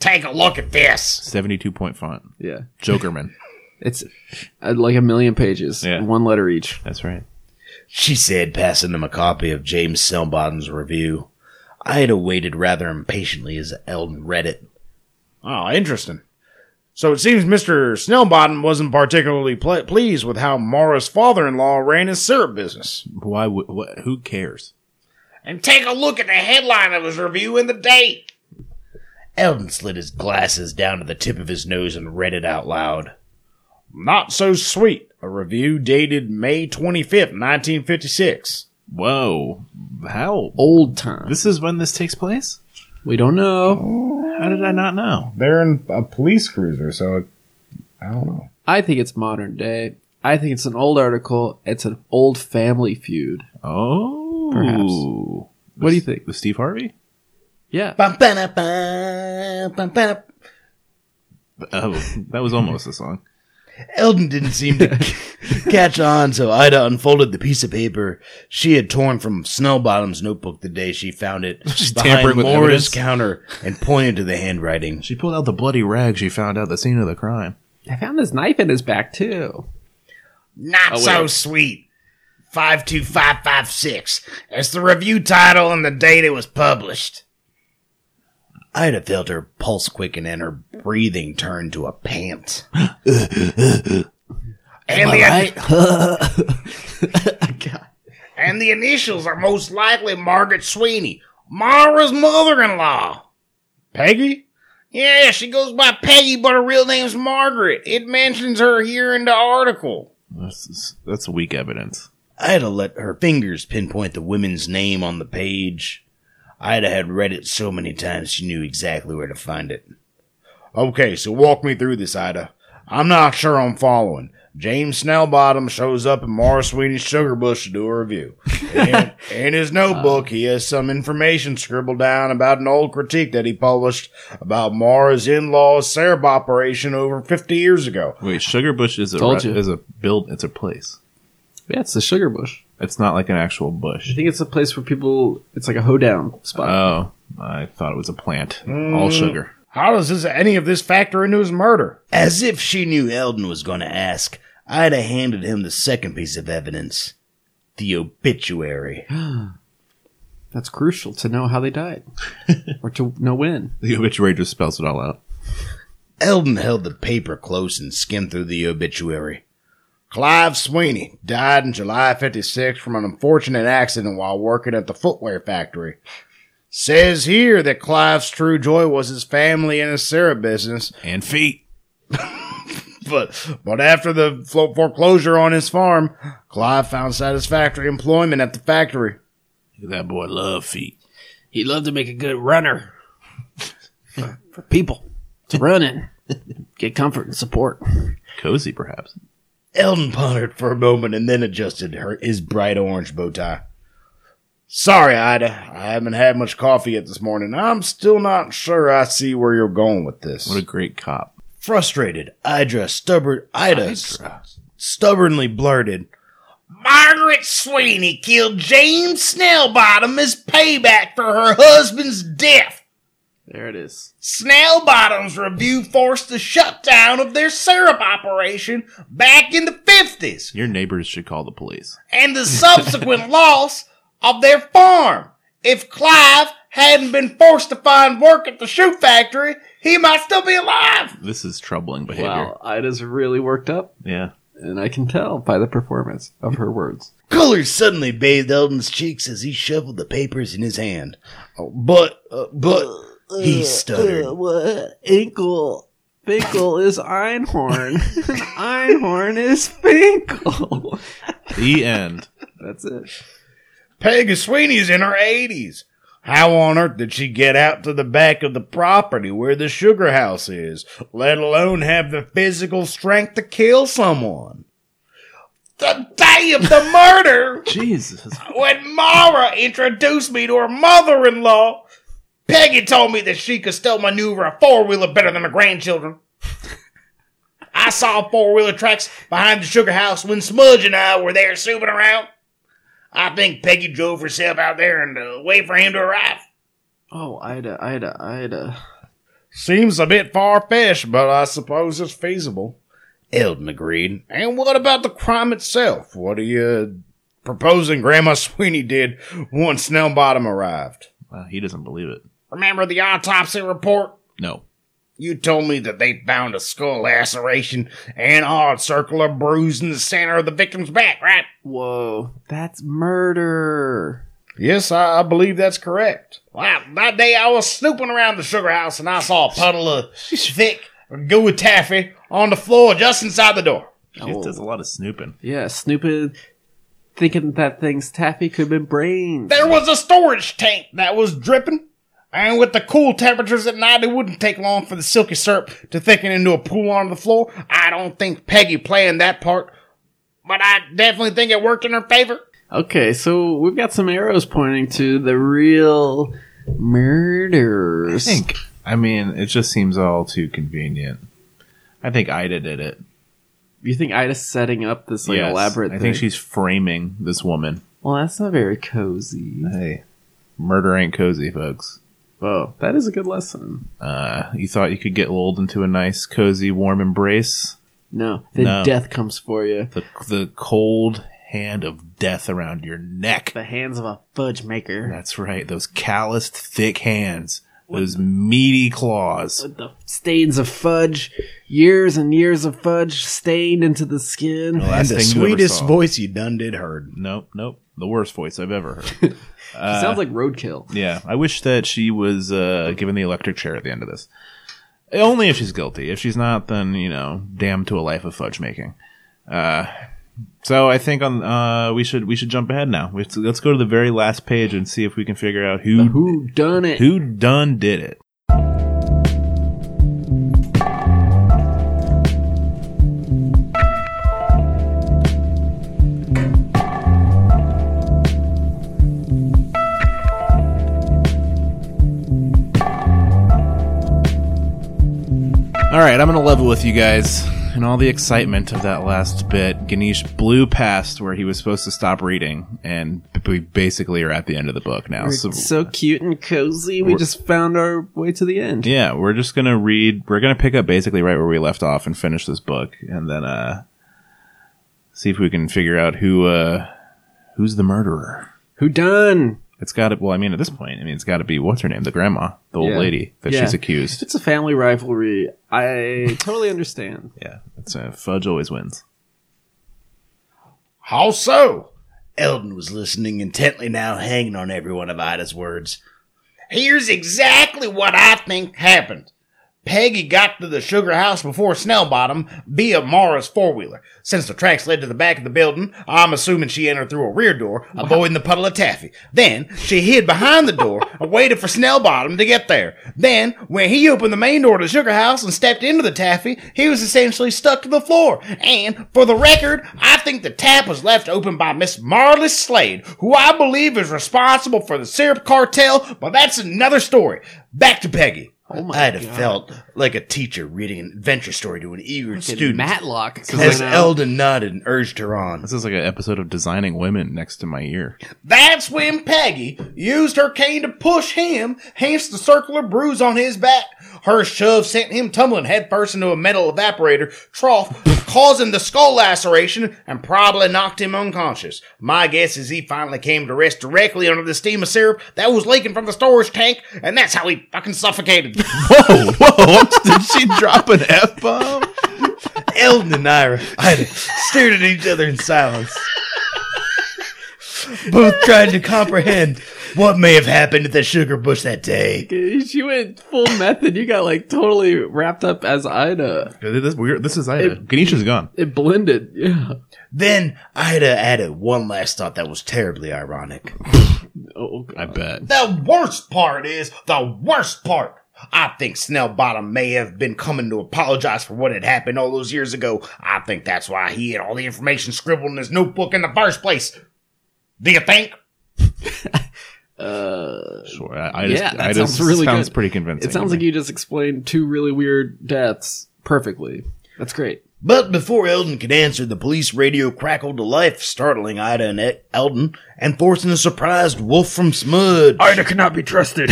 Take a look at this.
Seventy-two point font.
Yeah,
Jokerman.
it's uh, like a million pages,
Yeah.
one letter each.
That's right.
She said, passing him a copy of James Selbottom's review. Ida waited rather impatiently as Eldon read it.
Oh, interesting. So it seems Mr. Snellbottom wasn't particularly ple- pleased with how Mara's father-in-law ran his syrup business.
Why? would? What, who cares?
And take a look at the headline of his review and the date.
Eldon slid his glasses down to the tip of his nose and read it out loud.
Not so sweet. A review dated May 25th, 1956.
Whoa! How?
Old time.
This is when this takes place.
We don't know.
How did I not know?
They're in a police cruiser, so it, I don't know.
I think it's modern day. I think it's an old article. It's an old family feud.
Oh,
Perhaps. What do you think?
With Steve Harvey?
Yeah.
Bum-ba-da-ba, bum-ba-da-
Oh, that was almost a song.
Eldon didn't seem to c- catch on, so Ida unfolded the piece of paper she had torn from Snellbottom's notebook the day she found it
She's
behind
tampering with
Laura's
evidence.
counter and pointed to the handwriting.
She pulled out the bloody rag she found out the scene of the crime.
I found this knife in his back too.
Not
Oh, wait.
so sweet. 52556. It's the review title and the date it was published.
I'd have felt her pulse quicken and her breathing turn to a pant.
And the,
God.
and the initials are most likely Margaret Sweeney, Mara's mother in law.
Peggy?
Yeah, she goes by Peggy, but her real name's Margaret. It mentions her here in the article.
This is, that's weak evidence.
I'd have let her fingers pinpoint the woman's name on the page. I'd have had read it so many times she knew exactly where to find it.
Okay, so walk me through this, Ida. I'm not sure I'm following. James Snellbottom shows up at Morris Sweeney's Sugar Bush to do a review. In, in his notebook, he has some information scribbled down about an old critique that he published about Mara's in-law's Serb operation over 50 years ago.
Wait, Sugarbush is a
Told
re-
you.
is a build. It's a place.
Yeah, it's the sugar bush.
It's not like an actual
I
bush.
think it's a place where people. It's like a hoedown spot.
Oh, I thought it was a plant.
Mm.
All sugar.
How does this, any of this factor into his murder?
As if she knew Eldon was going to ask, I'd have handed him the second piece of evidence the obituary.
That's crucial to know how they died, or to know when.
The obituary just spells it all out.
Eldon held the paper close and skimmed through the obituary.
Clive Sweeney died in July 56 from an unfortunate accident while working at the footwear factory. Says here that Clive's true joy was his family and his syrup business,
And feet.
but, but after the flo- foreclosure on his farm, Clive found satisfactory employment at the factory.
That boy love feet.
He'd love to make a good runner.
For people to run in, get comfort and support.
Cozy, perhaps.
Eldon pondered for a moment and then adjusted her, his bright orange bow tie.
Sorry, Ida, I haven't had much coffee yet this morning. I'm still not sure I see where you're going with this.
What a great cop.
Frustrated, Idra stubborn Ida s- stubbornly blurted,
Margaret Sweeney killed James Snellbottom as payback for her husband's death.
There it is.
Snellbottom's review forced the shutdown of their syrup operation back in the 50s
Your neighbors should call the police.
and the subsequent loss of their farm. If Clive hadn't been forced to find work at the shoe factory, he might still be alive.
This is troubling behavior.
Wow, Ida's really worked up,
Yeah.
and I can tell by the performance of her words.
Color suddenly bathed Eldon's cheeks as he shuffled the papers in his hand. Oh, but, uh, but, he stuttered.
what? Inkle. Finkel is Einhorn. Einhorn is Finkel.
The end.
That's it.
Peggy Sweeney's in her 80s. How on earth did she get out to the back of the property where the sugar house is, let alone have the physical strength to kill someone?
The day of the murder,
Jesus.
when Mara introduced me to her mother in law, Peggy told me that she could still maneuver a four wheeler better than her grandchildren. I saw four wheeler tracks behind the sugar house when Smudge and I were there snooping around. I think Peggy drove herself out there and uh, waited for him to arrive.
Oh, Ida, Ida, Ida.
Seems a bit far fetched, but I suppose it's feasible.
Eldon agreed.
And what about the crime itself? What are you proposing Grandma Sweeney did once Snellbottom arrived?
Wow, he doesn't believe it.
Remember the autopsy report?
No.
You told me that they found a skull laceration and odd circular bruise in the center of the victim's back, right?
Whoa. That's murder.
Yes, I, I believe that's correct.
Wow, that day I was snooping around the sugar house and I saw a puddle of thick gooey taffy on the floor just inside the door.
She does a lot of snooping.
Yeah, Snoopy thinking that thing's taffy could have been brains.
There was a storage tank that was dripping, and with the cool temperatures at night, it wouldn't take long for the silky syrup to thicken into a pool on the floor. I don't think Peggy planned that part, but I definitely think it worked in her favor.
Okay, so we've got some arrows pointing to the real murderers.
I think. I mean, it just seems all too convenient. I think Ida did it.
You think Ida's setting up this like
Yes.
elaborate
I
thing?
think she's framing this woman.
Well, that's not very cozy.
Hey, murder ain't cozy, folks.
Oh, that is a good lesson.
Uh, you thought you could get lulled into a nice, cozy, warm embrace.
No, then
No.
death comes for you.
The the cold, hand of death around your neck.
The hands of a fudge maker.
That's right, those calloused, thick hands, those meaty claws.
With the stains of fudge, years and years of fudge stained into the skin.
last
And the
thing you ever
sweetest
saw.
voice you done did heard.
Nope, nope. The worst voice I've ever heard.
Uh,
It sounds like roadkill.
yeah, I wish that she was uh, given the electric chair at the end of this. Only if she's guilty. If she's not, then you know, damned to a life of fudge making. Uh, so I think on uh, we should we should jump ahead now. Let's, let's go to the very last page and see if we can figure out who
Who done it?
who done did it. All right, I'm gonna level with you guys. In all the excitement of that last bit, Ganesh blew past where he was supposed to stop reading, and we basically are at the end of the book now.
It's so cute and cozy. We just found our way to the end.
Yeah, we're just gonna read. We're gonna pick up basically right where we left off and finish this book, and then uh, see if we can figure out who uh, who's the murderer.
Who done?
It's got to. Well, I mean, at this point, I mean, it's got to be what's her name, the grandma, the old
Yeah.
lady that
Yeah.
she's accused.
It's a family rivalry. I totally understand.
Yeah, it's uh, fudge always wins.
How so?
Eldon was listening intently now, hanging on every one of Ida's words.
Here's exactly what I think happened. Peggy got to the sugar house before Snellbottom via Mara's four wheeler. Since the tracks led to the back of the building, I'm assuming she entered through a rear door, avoiding the puddle of taffy. Then she hid behind the door and waited for Snellbottom to get there. Then, when he opened the main door to the sugar house and stepped into the taffy, he was essentially stuck to the floor. And, for the record, I think the tap was left open by Miss Marley Slade, who I believe is responsible for the syrup cartel, but that's another story. Back to Peggy.
Oh my
Ida
God.
felt like a teacher reading an adventure story to an eager student.
Matlock.
as
coming out.
Eldon nodded and urged her on.
This is like an episode of Designing Women next to my ear.
That's when Peggy used her cane to push him, hence the circular bruise on his back. Her shove sent him tumbling headfirst into a metal evaporator trough, causing the skull laceration and probably knocked him unconscious. My guess is he finally came to rest directly under the steam of syrup that was leaking from the storage tank, and that's how he fucking suffocated.
Whoa, whoa! Did she drop an f bomb?
Eldon and Ira, Ida stared at each other in silence. Both tried to comprehend what may have happened at the sugar bush that day.
She went full method. You got like totally wrapped up as Ida.
This weird. This is Ida. Ganesha's gone.
It blended. Yeah.
Then Ida added one last thought that was terribly ironic.
Oh, God.
I bet.
The worst part is the worst part. I think Snellbottom may have been coming to apologize for what had happened all those years ago. I think that's why he had all the information scribbled in his notebook in the first place. Do you think?
Sure. I, I
Yeah,
just,
that
I just
sounds really
sounds
good.
pretty convincing.
It sounds
to
like
me.
you just explained two really weird deaths perfectly. That's great.
But before Eldon could answer, the police radio crackled to life, startling Ida and E- Eldon and forcing a surprised wolf from Smudge.
Ida cannot be trusted.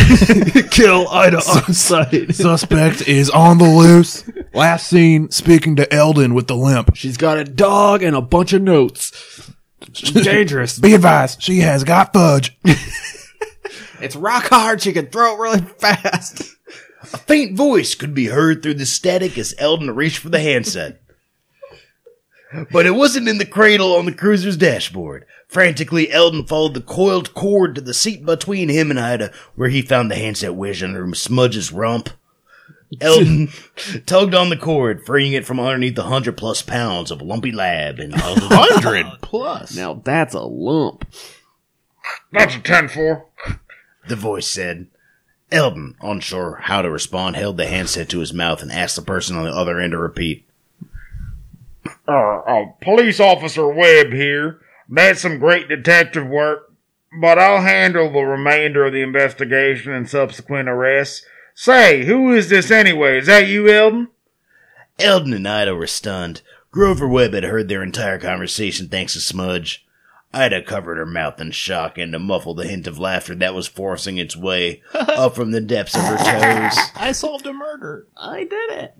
Kill Ida on sight.
Suspect is on the loose. Last seen speaking to Eldon with the limp.
She's got a dog and a bunch of notes.
Dangerous.
Be advised, she has got fudge.
It's rock hard. She can throw it really fast.
A faint voice could be heard through the static as Eldon reached for the handset. But it wasn't in the cradle on the cruiser's dashboard. Frantically, Eldon followed the coiled cord to the seat between him and Ida, where he found the handset wedged under Smudge's rump. Eldon tugged on the cord, freeing it from underneath the hundred plus pounds of lumpy lab and hundred plus.
Now that's a lump.
That's a 10 4.
The voice said. Eldon, unsure how to respond, held the handset to his mouth and asked the person on the other end to repeat.
Uh, uh, police officer Webb here. That's some great detective work, but I'll handle the remainder of the investigation and subsequent arrests. Say, who is this anyway? Is that you, Eldon?
Eldon and Ida were stunned. Grover Webb had heard their entire conversation thanks to Smudge. Ida covered her mouth in shock and to muffle the hint of laughter that was forcing its way up from the depths of her toes.
I solved a murder.
I did it.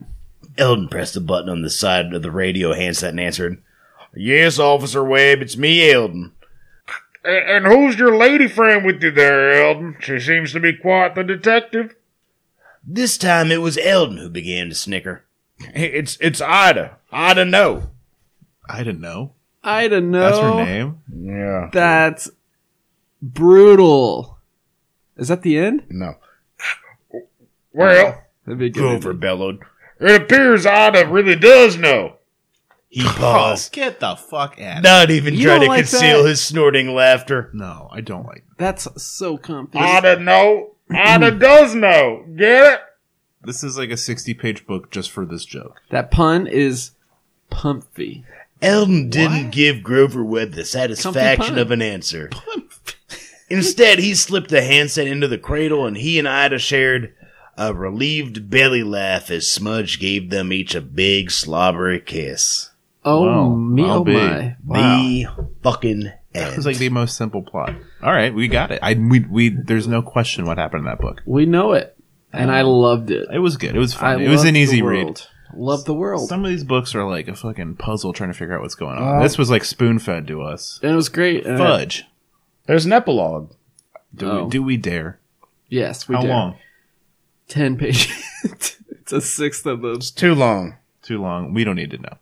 Eldon pressed the button on the side of the radio handset and answered,
Yes, Officer Webb, it's me, Eldon. And who's your lady friend with you there, Eldon? She seems to be quite the detective.
This time it was Eldon who began to snicker.
It's it's Ida. Ida, no.
I didn't know.
I don't know.
That's her name.
Yeah.
That's brutal. Is that the end?
No. Well,
That'd be a good
Grover
ending.
bellowed. It appears Ida really does know.
He
Oh,
paused,
get the fuck out. No.
not even
You
trying to
don't like
conceal
that?
his snorting laughter.
no, I don't like
That's so confident.
Ida know. Ida does know. Get it?
this. Is like a sixty-page book just for this joke.
That pun is pumpy.
Eldon didn't give Grover Webb the
Comfy
satisfaction
pun.
of an answer. Instead, he slipped the handset into the cradle, and he and Ida shared a relieved belly laugh as Smudge gave them each a big slobbery kiss.
Oh
Wow.
me,
I'll
oh
be.
my! Wow.
The fucking
That
end.
was like the most simple plot. All right, we got it. I we, we there's no question what happened in that book.
We know it, and I loved it.
It was good. It was
I
fun. it was
loved
an
the
easy read.
world. Love the world,
Some of these books are like a fucking puzzle trying to figure out what's going on.
Uh,
this was like spoon fed to us.
and it was great. and I-
Fudge.
There's an epilogue.
Do,
Oh.
we, do we dare?
yes, we
How
did.
long?
Ten pages. it's a sixth of those.
Too long.
Too long. We don't need to know.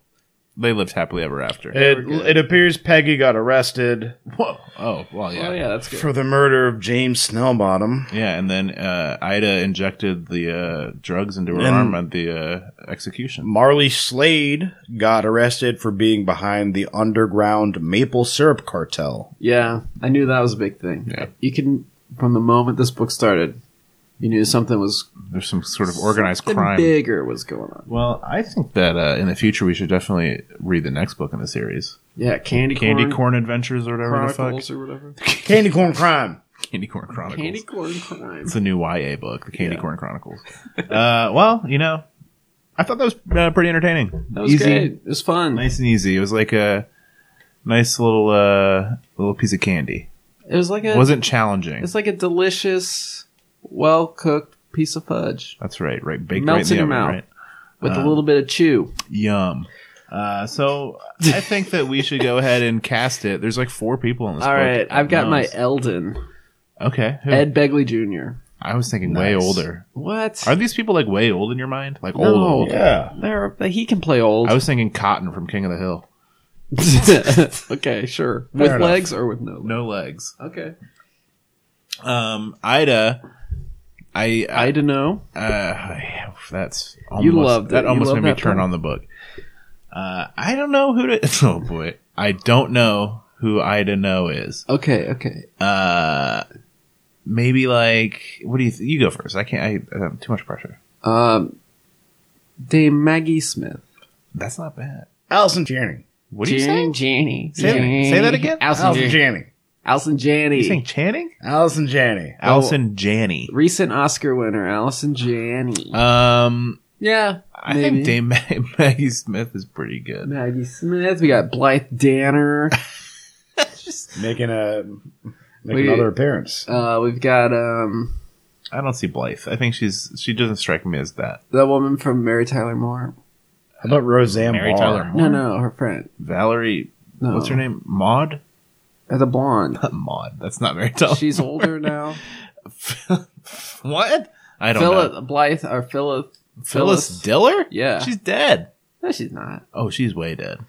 They lived happily ever after.
It, it appears Peggy got arrested
Whoa. Oh, well, yeah.
Oh yeah, that's good.
for the murder of James Snellbottom.
Yeah, and then uh, Ida injected the uh, drugs into her
And-
arm at the uh, execution.
Marley Slade got arrested for being behind the underground maple syrup cartel.
Yeah, I knew that was a big thing.
Yeah.
You can, from the moment this book started, you knew something was
There's some sort of organized
something
crime.
bigger was going on.
Well, I think that uh, in the future we should definitely read the next book in the series,
Yeah, candy
Candy
corn,
Corn Adventures or whatever
chronicles or whatever.
Candy corn crime.
the fuck. Candy Corn Chronicles.
Candy corn crime.
It's a new YA book, the Candy Corn Chronicles. uh, well, you know, I thought that was uh, pretty entertaining.
That was
easy,
great. It was fun.
nice and easy. It was like a nice little uh, little piece of candy.
It was like a
wasn't challenging.
it's like a delicious, well cooked piece of fudge
That's right, right? Baked
Melts
right
in
in the
your
oven,
mouth.
right?
with
Um,
a little bit of chew.
Yum. Uh, so I think that we should go ahead and cast it. There's like four people in this.
All
book.
right, I've got my
Nice.
Eldon,
okay. who?
Ed Begley Jr.
I was thinking way older.
What?
Are these people like way old in your mind? Like old?
No.
old?
Yeah.
They're, he can play old.
I was thinking Cotton from King of the Hill.
okay, sure. With
enough.
legs or with no? legs?
No legs.
Okay.
Um, Ida. I, I
I don't know.
uh, that's almost,
You loved it.
that
You
almost
loved
made me
that
turn
poem.
on the book. Uh, I don't know who to. Oh boy, I don't know who Ida know is.
Okay, okay.
Uh, maybe like what do you? Th- you go first. I can't. I um, too much pressure.
Um, Dame Maggie Smith.
That's not bad.
Allison Channing.
What do you say?
Janney.
Say that- say that again?
Alison
Allison
Janney.
Channing.
Alison
You saying
Janney.
Channing?
Allison Channing.
Allison Janney.
Recent Oscar winner, Alison Janney.
Um,
yeah.
I
maybe.
think Dame Mag- Maggie Smith is pretty good.
Maggie Smith. We got Blythe Danner.
Making a making
We-
another appearance.
Uh, we've got um,
I don't see Blythe. I think she's she doesn't strike me as that.
the woman from Mary Tyler Moore.
How about Roseanne
Mary
Barr?
Tyler Moore,
No, no, her friend.
Valerie.
No.
What's her name? Maud.
Uh, The blonde.
Not Maud. That's not Mary Tyler.
She's older now.
what? I don't
Phyllis
know.
Blythe or Phyllis.
Phyllis, Diller?
Yeah.
She's dead.
No, she's not.
Oh, she's way dead.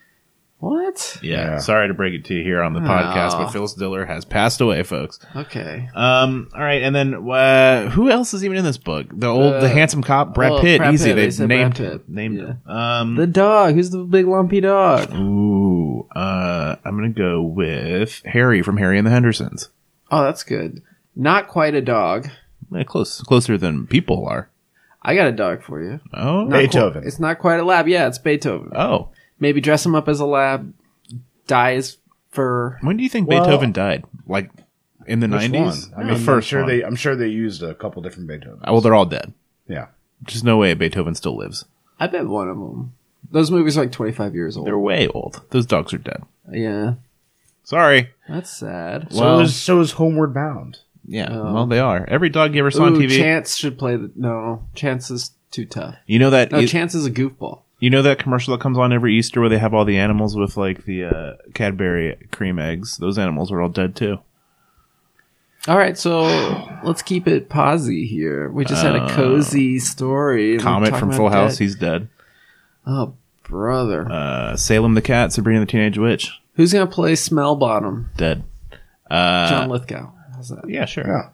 What?
Yeah.
Yeah.
Sorry to break it to you here on the
Oh.
podcast, but Phyllis Diller has passed away, folks.
Okay.
Um. All right, and then uh, who else is even in this book? The old,
Uh,
the handsome cop, Brad
well,
Pitt.
Brad
Easy.
Pitt, they
They've
said
named
Brad Pitt.
named
Yeah.
him. Um.
The dog. Who's the big lumpy dog?
ooh. Uh. I'm gonna go with Harry from Harry and the Hendersons.
Oh, that's good. Not quite a dog.
Eh, close, closer than people are.
I got a dog for you.
Oh.
Not
Beethoven.
qu- it's not quite a lab. Yeah, it's Beethoven.
Oh.
Maybe dress him up as a lab. Dye his fur.
When do you think
Well-
Beethoven died? Like in the
Which
nineties?
one? Uh, I mean,
the first
I'm sure
one.
they I'm sure they used a couple different Beethoven.
Oh, well, they're all dead.
Yeah.
There's no way Beethoven still lives.
I bet one of them. Those movies are like 25 years old.
They're way old. Those dogs are dead.
yeah.
Sorry.
That's sad.
Well-
so is so is Homeward Bound.
Yeah. Well, they are. Every dog you ever saw on
Oh. Ooh,
TV.
Chance should play the. No, Chance is too tough.
you know that.
No,
e-
Chance is a goofball.
You know that commercial that comes on every Easter where they have all the animals with like the uh, Cadbury cream eggs? Those animals are all dead too.
All right, so let's keep it posy here. We just had a cozy story. and we're
Oh. Comet
talking
from
about
Full House,
that.
he's dead.
oh, brother.
Uh, Salem the cat, Sabrina the Teenage Witch,
Who's going to play Smell Bottom?
dead. Uh,
John Lithgow. How's that?
Yeah, sure.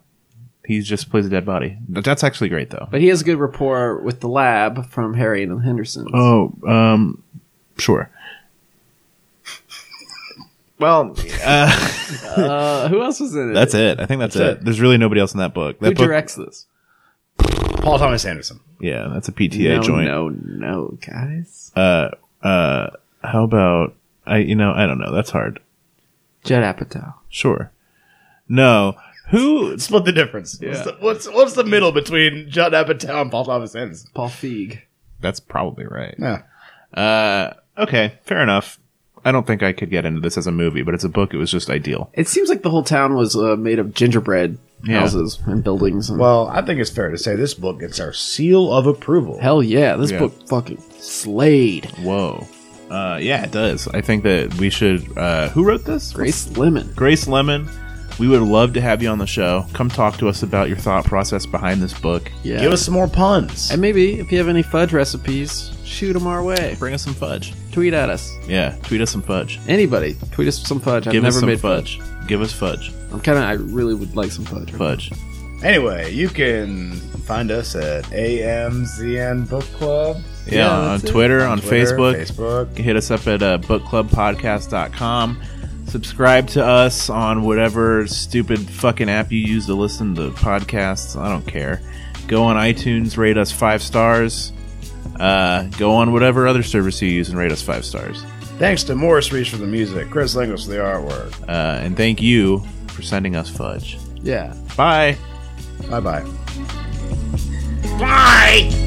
He just plays a dead body. But that's actually great though.
But he has a good rapport with the lab from Harry and the Hendersons.
Oh, um, sure. well,
Uh, who else was in it?
that's it. I think that's, it. There's really nobody else in that book. That
Who
book,
directs this?
Paul Thomas Anderson.
yeah, that's a PTA
no,
joint.
no, no, guys.
Uh, How about I? You know, I don't know. That's hard.
Judd Apatow.
Sure. No. Who?
Split the difference. What's, the, what's what's the middle between John Apatow and Paul Thomas Anderson?
Paul Feig.
That's probably right.
Yeah.
Uh, okay, fair enough. I don't think I could get into this as a movie, but it's a book. It was just ideal.
It seems like the whole town was uh, made of gingerbread
Yeah.
houses and buildings. And
Well, I think it's fair to say this book gets our seal of approval.
Hell yeah, this
Yeah.
book fucking slayed.
Whoa. Uh, yeah, it does. I think that we should. Uh, who wrote this?
Grace Lemon.
Grace Lemon. We would love to have you on the show. Come talk to us about your thought process behind this book.
Yeah.
Give us some more puns.
and maybe if you have any fudge recipes, shoot them our way.
Bring us some fudge.
Tweet at us.
Yeah, tweet us some fudge.
Anybody. Tweet us some fudge. I've
Give
never
us some
made
fudge. Give us fudge.
I'm kind of. I really would like some fudge.
Fudge.
Anyway, you can find us at AMZN Book Club.
Yeah,
Yeah,
on
that's it.
Twitter, on
Twitter,
Facebook.
Facebook.
Hit us up at uh, bookclubpodcast.com. Subscribe to us on whatever stupid fucking app you use to listen to podcasts. I don't care. Go on iTunes, rate us five stars. Uh, go on whatever other service you use and rate us five stars.
Thanks to Morris Reese for the music, Chris Lingles for the artwork.
Uh, and thank you for sending us fudge.
Yeah.
Bye.
Bye bye.
Bye!